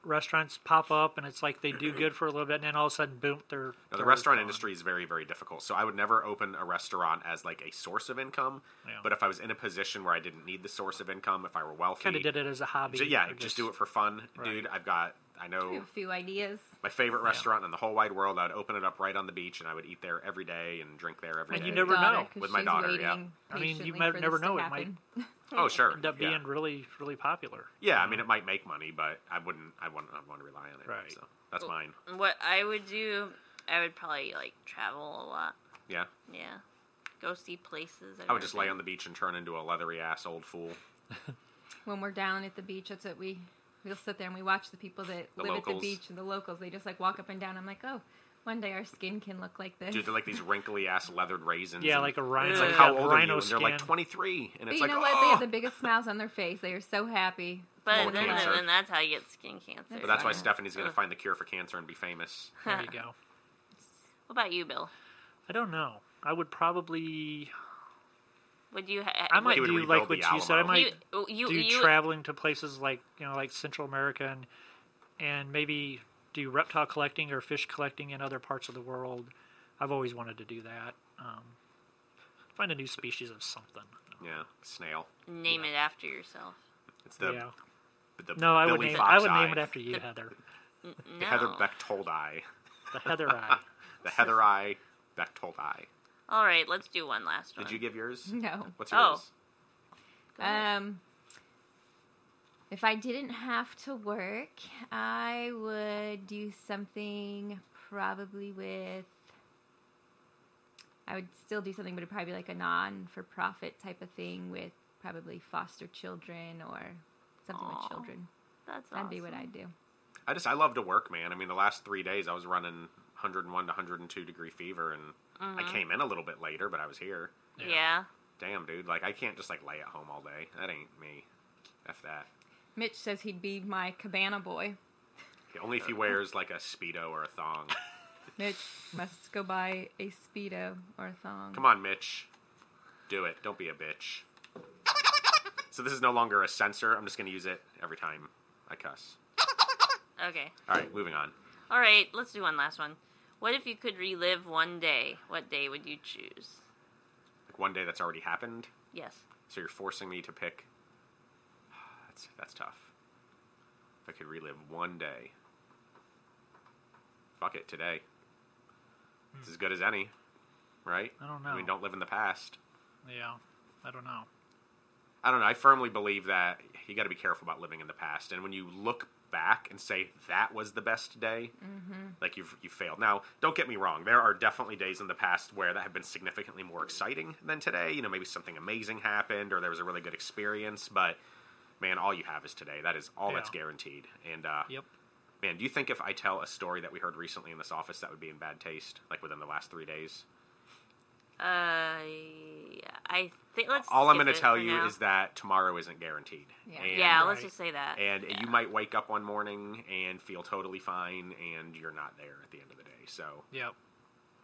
Speaker 2: restaurants pop up and it's like they do good for a little bit and then all of a sudden boom they're
Speaker 1: Now, the
Speaker 2: they're
Speaker 1: restaurant
Speaker 2: gone.
Speaker 1: industry is very, very difficult. So I would never open a restaurant as like a source of income.
Speaker 2: Yeah.
Speaker 1: But uh, if I was in a position where I didn't need the source of income, if I were wealthy,
Speaker 2: kind of did it as a hobby
Speaker 1: ju- yeah,
Speaker 2: I
Speaker 1: just, do it for fun,
Speaker 2: Right.
Speaker 1: dude. I've got I know
Speaker 4: We have a few ideas.
Speaker 1: my favorite restaurant in the whole wide world. I'd open it up right on the beach, and I would eat there every day and drink there every day.
Speaker 2: And you
Speaker 4: His
Speaker 2: never
Speaker 4: daughter,
Speaker 2: know.
Speaker 4: 'cause
Speaker 1: With my
Speaker 4: she's
Speaker 1: daughter, yeah.
Speaker 4: waiting
Speaker 2: I mean, you
Speaker 4: patiently
Speaker 2: might
Speaker 4: for
Speaker 2: never
Speaker 4: this to
Speaker 2: know, it might-
Speaker 4: happen.
Speaker 1: oh sure,
Speaker 2: end up
Speaker 1: yeah.
Speaker 2: being really really popular
Speaker 1: yeah. I mean, it might make money, but I wouldn't. I wouldn't. I want to rely on it.
Speaker 2: Right.
Speaker 1: So that's
Speaker 3: Well-
Speaker 1: mine.
Speaker 3: What I would do, I would probably like travel a lot.
Speaker 1: Yeah.
Speaker 3: Yeah, go see places. I've
Speaker 1: I would
Speaker 3: never
Speaker 1: just lay
Speaker 3: been.
Speaker 1: on the beach and turn into a leathery ass old fool.
Speaker 4: When we're down at the beach, that's what we we'll sit there and we watch the people that
Speaker 1: The
Speaker 4: live at
Speaker 1: locals.
Speaker 4: the beach and the locals. They just like walk up and down. I'm like, oh, one day our skin can look like this.
Speaker 1: Dude, they're like these wrinkly ass leathered raisins.
Speaker 2: yeah
Speaker 1: and-
Speaker 2: like a rhino
Speaker 1: Mm-hmm. It's like
Speaker 2: yeah,
Speaker 1: how old are you?
Speaker 2: rhino
Speaker 1: And they're like
Speaker 2: skin.
Speaker 1: 23, and
Speaker 4: but
Speaker 1: it's
Speaker 4: you
Speaker 1: like
Speaker 4: know what? They
Speaker 1: oh.
Speaker 4: have the biggest smiles on their face. They are so happy.
Speaker 1: More
Speaker 3: But then,
Speaker 1: cancer.
Speaker 3: then that's how you get skin cancer.
Speaker 1: But that's why
Speaker 4: Yeah.
Speaker 1: Stephanie's going
Speaker 3: Uh.
Speaker 1: to find the cure for cancer and be famous.
Speaker 2: there you go
Speaker 3: What about you, Bill?
Speaker 2: i don't know i would probably
Speaker 3: Would you? Ha-
Speaker 2: i might
Speaker 1: would
Speaker 2: do
Speaker 1: rebuild
Speaker 2: like
Speaker 1: the
Speaker 2: what you said i
Speaker 1: Alamo.
Speaker 2: might
Speaker 3: you, you,
Speaker 2: do
Speaker 3: you,
Speaker 2: traveling to places like you know like Central America and and maybe do reptile collecting or fish collecting in other parts of the world. I've always wanted to do that. Um, find a new species of something.
Speaker 1: Yeah, snail.
Speaker 3: name it after yourself.
Speaker 1: It's the
Speaker 2: yeah.
Speaker 1: the
Speaker 2: No, I would
Speaker 1: Billy
Speaker 2: name
Speaker 1: Fox
Speaker 2: I would name
Speaker 1: eye.
Speaker 2: it after you, Heather.
Speaker 1: the
Speaker 3: No.
Speaker 1: Heather Bechtold eye,
Speaker 2: The Heather Eye.
Speaker 1: the Heather eye, Bechtold eye.
Speaker 3: All right, let's do one last one.
Speaker 1: Did you give yours?
Speaker 4: No.
Speaker 1: What's
Speaker 3: Oh.
Speaker 1: yours?
Speaker 4: Um, if I didn't have to work, I would do something probably with. I would still do something, but it'd probably be like a non-for-profit type of thing with probably foster children or something
Speaker 3: Aw,
Speaker 4: with children.
Speaker 2: Uh,
Speaker 3: That's
Speaker 4: That'd
Speaker 3: awesome.
Speaker 4: be what I'd do.
Speaker 1: I just I love to work, man. I mean, the last three days I was running 101 to 102 degree fever, and I
Speaker 3: Mm-hmm.
Speaker 1: came in a little bit later, but I was here.
Speaker 3: Yeah.
Speaker 2: Yeah.
Speaker 1: Damn, dude! Like I can't just like lay at home all day. That ain't me. F that.
Speaker 4: Mitch says he'd be my cabana boy.
Speaker 1: Only if he wears like a speedo or a thong.
Speaker 4: Mitch must go buy a speedo or a thong.
Speaker 1: Come on, Mitch. Do it. Don't be a bitch. So this is no longer a censor. I'm just going to use it every time I cuss.
Speaker 3: Okay.
Speaker 1: All right, moving on.
Speaker 3: All right, let's do one last one. What if you could relive one day? What day would you choose?
Speaker 1: Like one day that's already happened.
Speaker 3: Yes.
Speaker 1: So you're forcing me to pick. That's that's tough. If I could relive one day. Fuck it, today. It's as good as any, right?
Speaker 2: Hmm. I don't
Speaker 1: I mean,
Speaker 2: know.
Speaker 1: don't live in the past.
Speaker 2: I don't know.
Speaker 1: I don't know. I firmly believe that you got to be careful about living in the past. And when you look back and say that was the best day,
Speaker 3: Mm-hmm.
Speaker 1: like you've you failed. Now, don't get me wrong. There are definitely days in the past where that have been significantly more exciting than today. You know, maybe something amazing happened or there was a really good experience. But man, all you have is today. That is all that's
Speaker 2: Yeah.
Speaker 1: guaranteed. And uh,
Speaker 2: Yep.
Speaker 1: man, do you think if I tell a story that we heard recently in this office that would be in bad taste, like within the last three days?
Speaker 3: Uh, I think let's.
Speaker 1: All I'm
Speaker 3: skip
Speaker 1: going
Speaker 3: it
Speaker 1: to tell
Speaker 3: for
Speaker 1: you
Speaker 3: now.
Speaker 1: is that tomorrow isn't guaranteed.
Speaker 4: Yeah.
Speaker 1: And-
Speaker 3: Yeah, let's
Speaker 2: Right.
Speaker 3: just say that.
Speaker 1: and you might wake up one morning and feel totally fine and you're not there at the end of the day so
Speaker 2: Yep.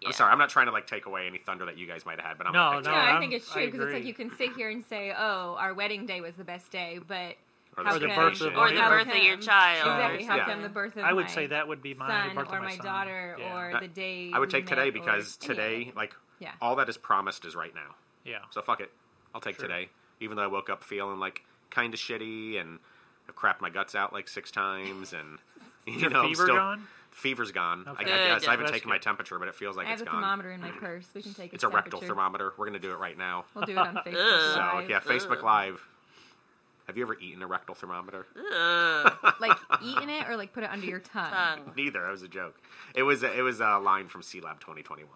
Speaker 3: Yeah.
Speaker 1: i'm sorry i'm not trying to like take away any thunder that you guys might have had but i'm
Speaker 2: No,
Speaker 1: not
Speaker 2: no,
Speaker 4: No, I
Speaker 2: I'm-
Speaker 4: think it's
Speaker 2: I
Speaker 4: true because it's like
Speaker 2: agree.
Speaker 4: you can sit here and say, "Oh, our wedding day was the best day," but
Speaker 1: Or
Speaker 4: how
Speaker 1: the
Speaker 4: come-
Speaker 1: birth of
Speaker 3: Or the
Speaker 2: How
Speaker 3: birth of
Speaker 4: come-
Speaker 3: your child. or
Speaker 4: Exactly. How
Speaker 1: Yeah.
Speaker 4: come the birth of
Speaker 2: I would
Speaker 4: my
Speaker 2: say that would be my
Speaker 4: son
Speaker 2: birth of
Speaker 4: or my
Speaker 2: son.
Speaker 4: daughter
Speaker 2: Yeah.
Speaker 4: or
Speaker 1: Uh,
Speaker 4: the day
Speaker 1: i would
Speaker 4: we
Speaker 1: take
Speaker 4: met
Speaker 1: today
Speaker 4: or
Speaker 1: because
Speaker 4: any of
Speaker 1: today
Speaker 4: it.
Speaker 1: like
Speaker 4: Yeah.
Speaker 1: all that is promised is right now
Speaker 2: Yeah.
Speaker 1: so fuck it i'll take
Speaker 2: Sure.
Speaker 1: today even though i woke up feeling like kind of shitty and i've crapped my guts out like six times and you
Speaker 2: Your
Speaker 1: know I'm
Speaker 2: fever
Speaker 1: still,
Speaker 2: gone?
Speaker 1: fever's gone I-
Speaker 2: Okay.
Speaker 1: I, guess
Speaker 3: Good.
Speaker 1: i haven't
Speaker 2: That's
Speaker 1: taken
Speaker 2: good.
Speaker 1: my temperature but it feels like
Speaker 4: I have
Speaker 1: it's
Speaker 4: a
Speaker 1: gone
Speaker 4: thermometer in my purse. We can take
Speaker 1: it's a rectal
Speaker 4: temperature.
Speaker 1: thermometer we're gonna do it right now
Speaker 4: We'll do it on Facebook.
Speaker 3: Ugh.
Speaker 1: so
Speaker 4: Live.
Speaker 1: yeah facebook
Speaker 3: Ugh.
Speaker 1: live have you ever eaten a rectal thermometer
Speaker 3: Ugh,
Speaker 4: like eating it or like put it under your tongue.
Speaker 3: tongue.
Speaker 1: Neither. It was a joke. It was a, it was a line from C Lab 2021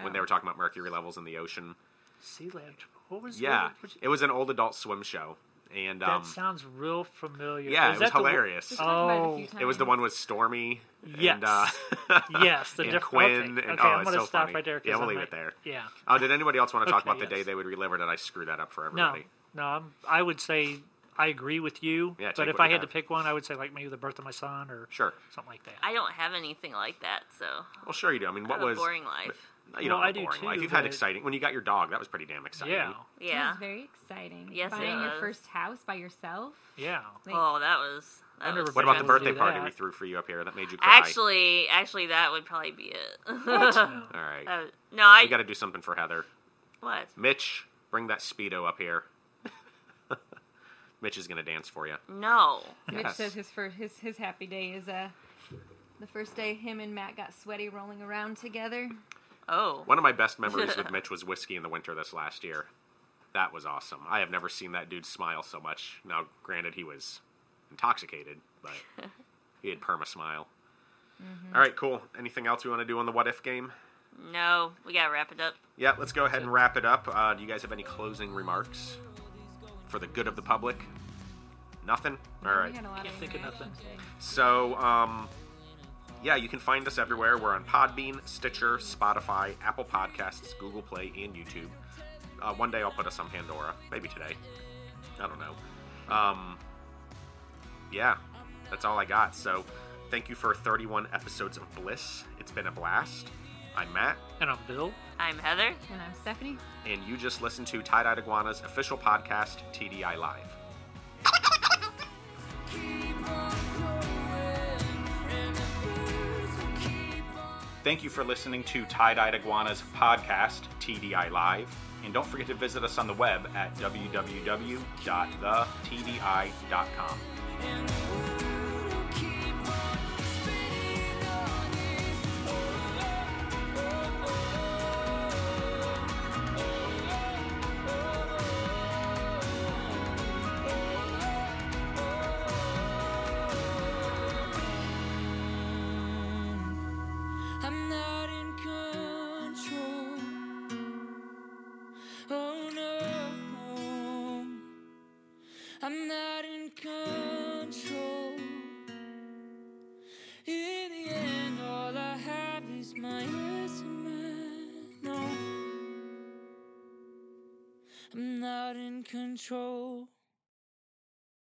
Speaker 1: when they
Speaker 2: Oh.
Speaker 1: were talking about mercury levels in the ocean.
Speaker 2: Sea lab. What was
Speaker 1: Yeah,
Speaker 2: what was-
Speaker 1: it was an old adult swim show, and
Speaker 2: that
Speaker 1: um,
Speaker 2: sounds real familiar.
Speaker 1: yeah, it
Speaker 2: Is
Speaker 1: was
Speaker 2: that the one-
Speaker 1: hilarious.
Speaker 4: We've talked about it a few
Speaker 2: Oh,
Speaker 4: times.
Speaker 1: it was the one with Stormy. And, uh,
Speaker 2: Yes. yes, the
Speaker 1: and
Speaker 2: diff-
Speaker 1: Quinn.
Speaker 2: Okay,
Speaker 1: and,
Speaker 2: okay,
Speaker 1: oh,
Speaker 2: I'm
Speaker 1: it's
Speaker 2: gonna
Speaker 1: so
Speaker 2: stop
Speaker 1: funny.
Speaker 2: right there. 'cause
Speaker 1: Yeah, we'll
Speaker 2: I
Speaker 1: leave
Speaker 2: might-
Speaker 1: it there.
Speaker 2: Yeah.
Speaker 1: Oh, did anybody else want to talk
Speaker 2: Okay,
Speaker 1: about the day
Speaker 2: yes.
Speaker 1: they would relive, or did I screw that up for
Speaker 2: No,
Speaker 1: everybody?
Speaker 2: no. I'm, I would say I agree with you.
Speaker 1: Yeah,
Speaker 2: but
Speaker 1: take
Speaker 2: if
Speaker 1: what
Speaker 2: I
Speaker 1: you
Speaker 2: had to
Speaker 1: have.
Speaker 2: pick one, I would say like maybe the birth of my son or
Speaker 1: Sure.
Speaker 2: something like that.
Speaker 3: I don't have anything like that, so
Speaker 1: Well, sure you do. I mean, what
Speaker 3: I have
Speaker 1: was
Speaker 3: a boring life.
Speaker 1: you know,
Speaker 2: Well, I
Speaker 1: a
Speaker 2: do
Speaker 1: boring
Speaker 2: too,
Speaker 1: life. You've had
Speaker 2: but-
Speaker 1: exciting. When you got your dog, that was pretty damn exciting.
Speaker 2: Yeah.
Speaker 4: That
Speaker 3: Yeah.
Speaker 4: was very exciting.
Speaker 3: Yes, it
Speaker 4: Buying your
Speaker 3: was.
Speaker 4: first house by yourself.
Speaker 2: Yeah.
Speaker 4: Like,
Speaker 3: Oh, that was. That
Speaker 2: I never
Speaker 3: was
Speaker 1: What about the
Speaker 2: We'll do
Speaker 1: birthday party
Speaker 2: that.
Speaker 1: we threw for you up here that made you cry?
Speaker 3: Actually, actually, that would probably be it.
Speaker 2: No.
Speaker 1: all right,
Speaker 3: Uh, no, I
Speaker 1: we got to do something for Heather.
Speaker 3: what?
Speaker 1: Mitch, bring that speedo up here. Mitch is gonna dance for you.
Speaker 3: No.
Speaker 4: Mitch
Speaker 1: Yes.
Speaker 4: says his first his his happy day is uh the first day him and Matt got sweaty rolling around together.
Speaker 3: Oh.
Speaker 1: One of my best memories with Mitch was whiskey in the winter this last year. That was awesome. I have never seen that dude smile so much. Now, granted, he was intoxicated, but he had perma smile. All right, cool. Anything else we want to do on the what if game?
Speaker 3: No, we gotta wrap it up.
Speaker 1: Yeah, let's go ahead and wrap it up. Uh, do you guys have any closing remarks for the good of the public? Nothing? All
Speaker 4: We
Speaker 1: right.
Speaker 4: had a lot
Speaker 2: Can't
Speaker 4: of
Speaker 2: think of
Speaker 4: interaction
Speaker 2: nothing.
Speaker 4: today.
Speaker 1: So, um, yeah, you can find us everywhere. We're on Podbean, Stitcher, Spotify, Apple Podcasts, Google Play, and YouTube. Uh, one day I'll put us on Pandora. Maybe today. I don't know. Um, yeah, that's all I got. So, thank you for 31 episodes of Bliss. It's been a blast. I'm Matt,
Speaker 2: And on Bill.
Speaker 3: I'm Heather.
Speaker 4: And I'm Stephanie.
Speaker 1: and you just listened to Tie Dye Iguana's official podcast, TDI Live.
Speaker 5: Keep on growing, and the birds will keep on.
Speaker 1: Thank you for listening to Tie Dyed Iguana's podcast, TDI Live. And don't forget to visit us on the web at www.thetdi.com.
Speaker 5: And the world will keep on spinning on its own. Oh, oh, oh. I'm not in control. Oh no. I'm not in control. In the end, all I have is my yes and my no. I'm not in control.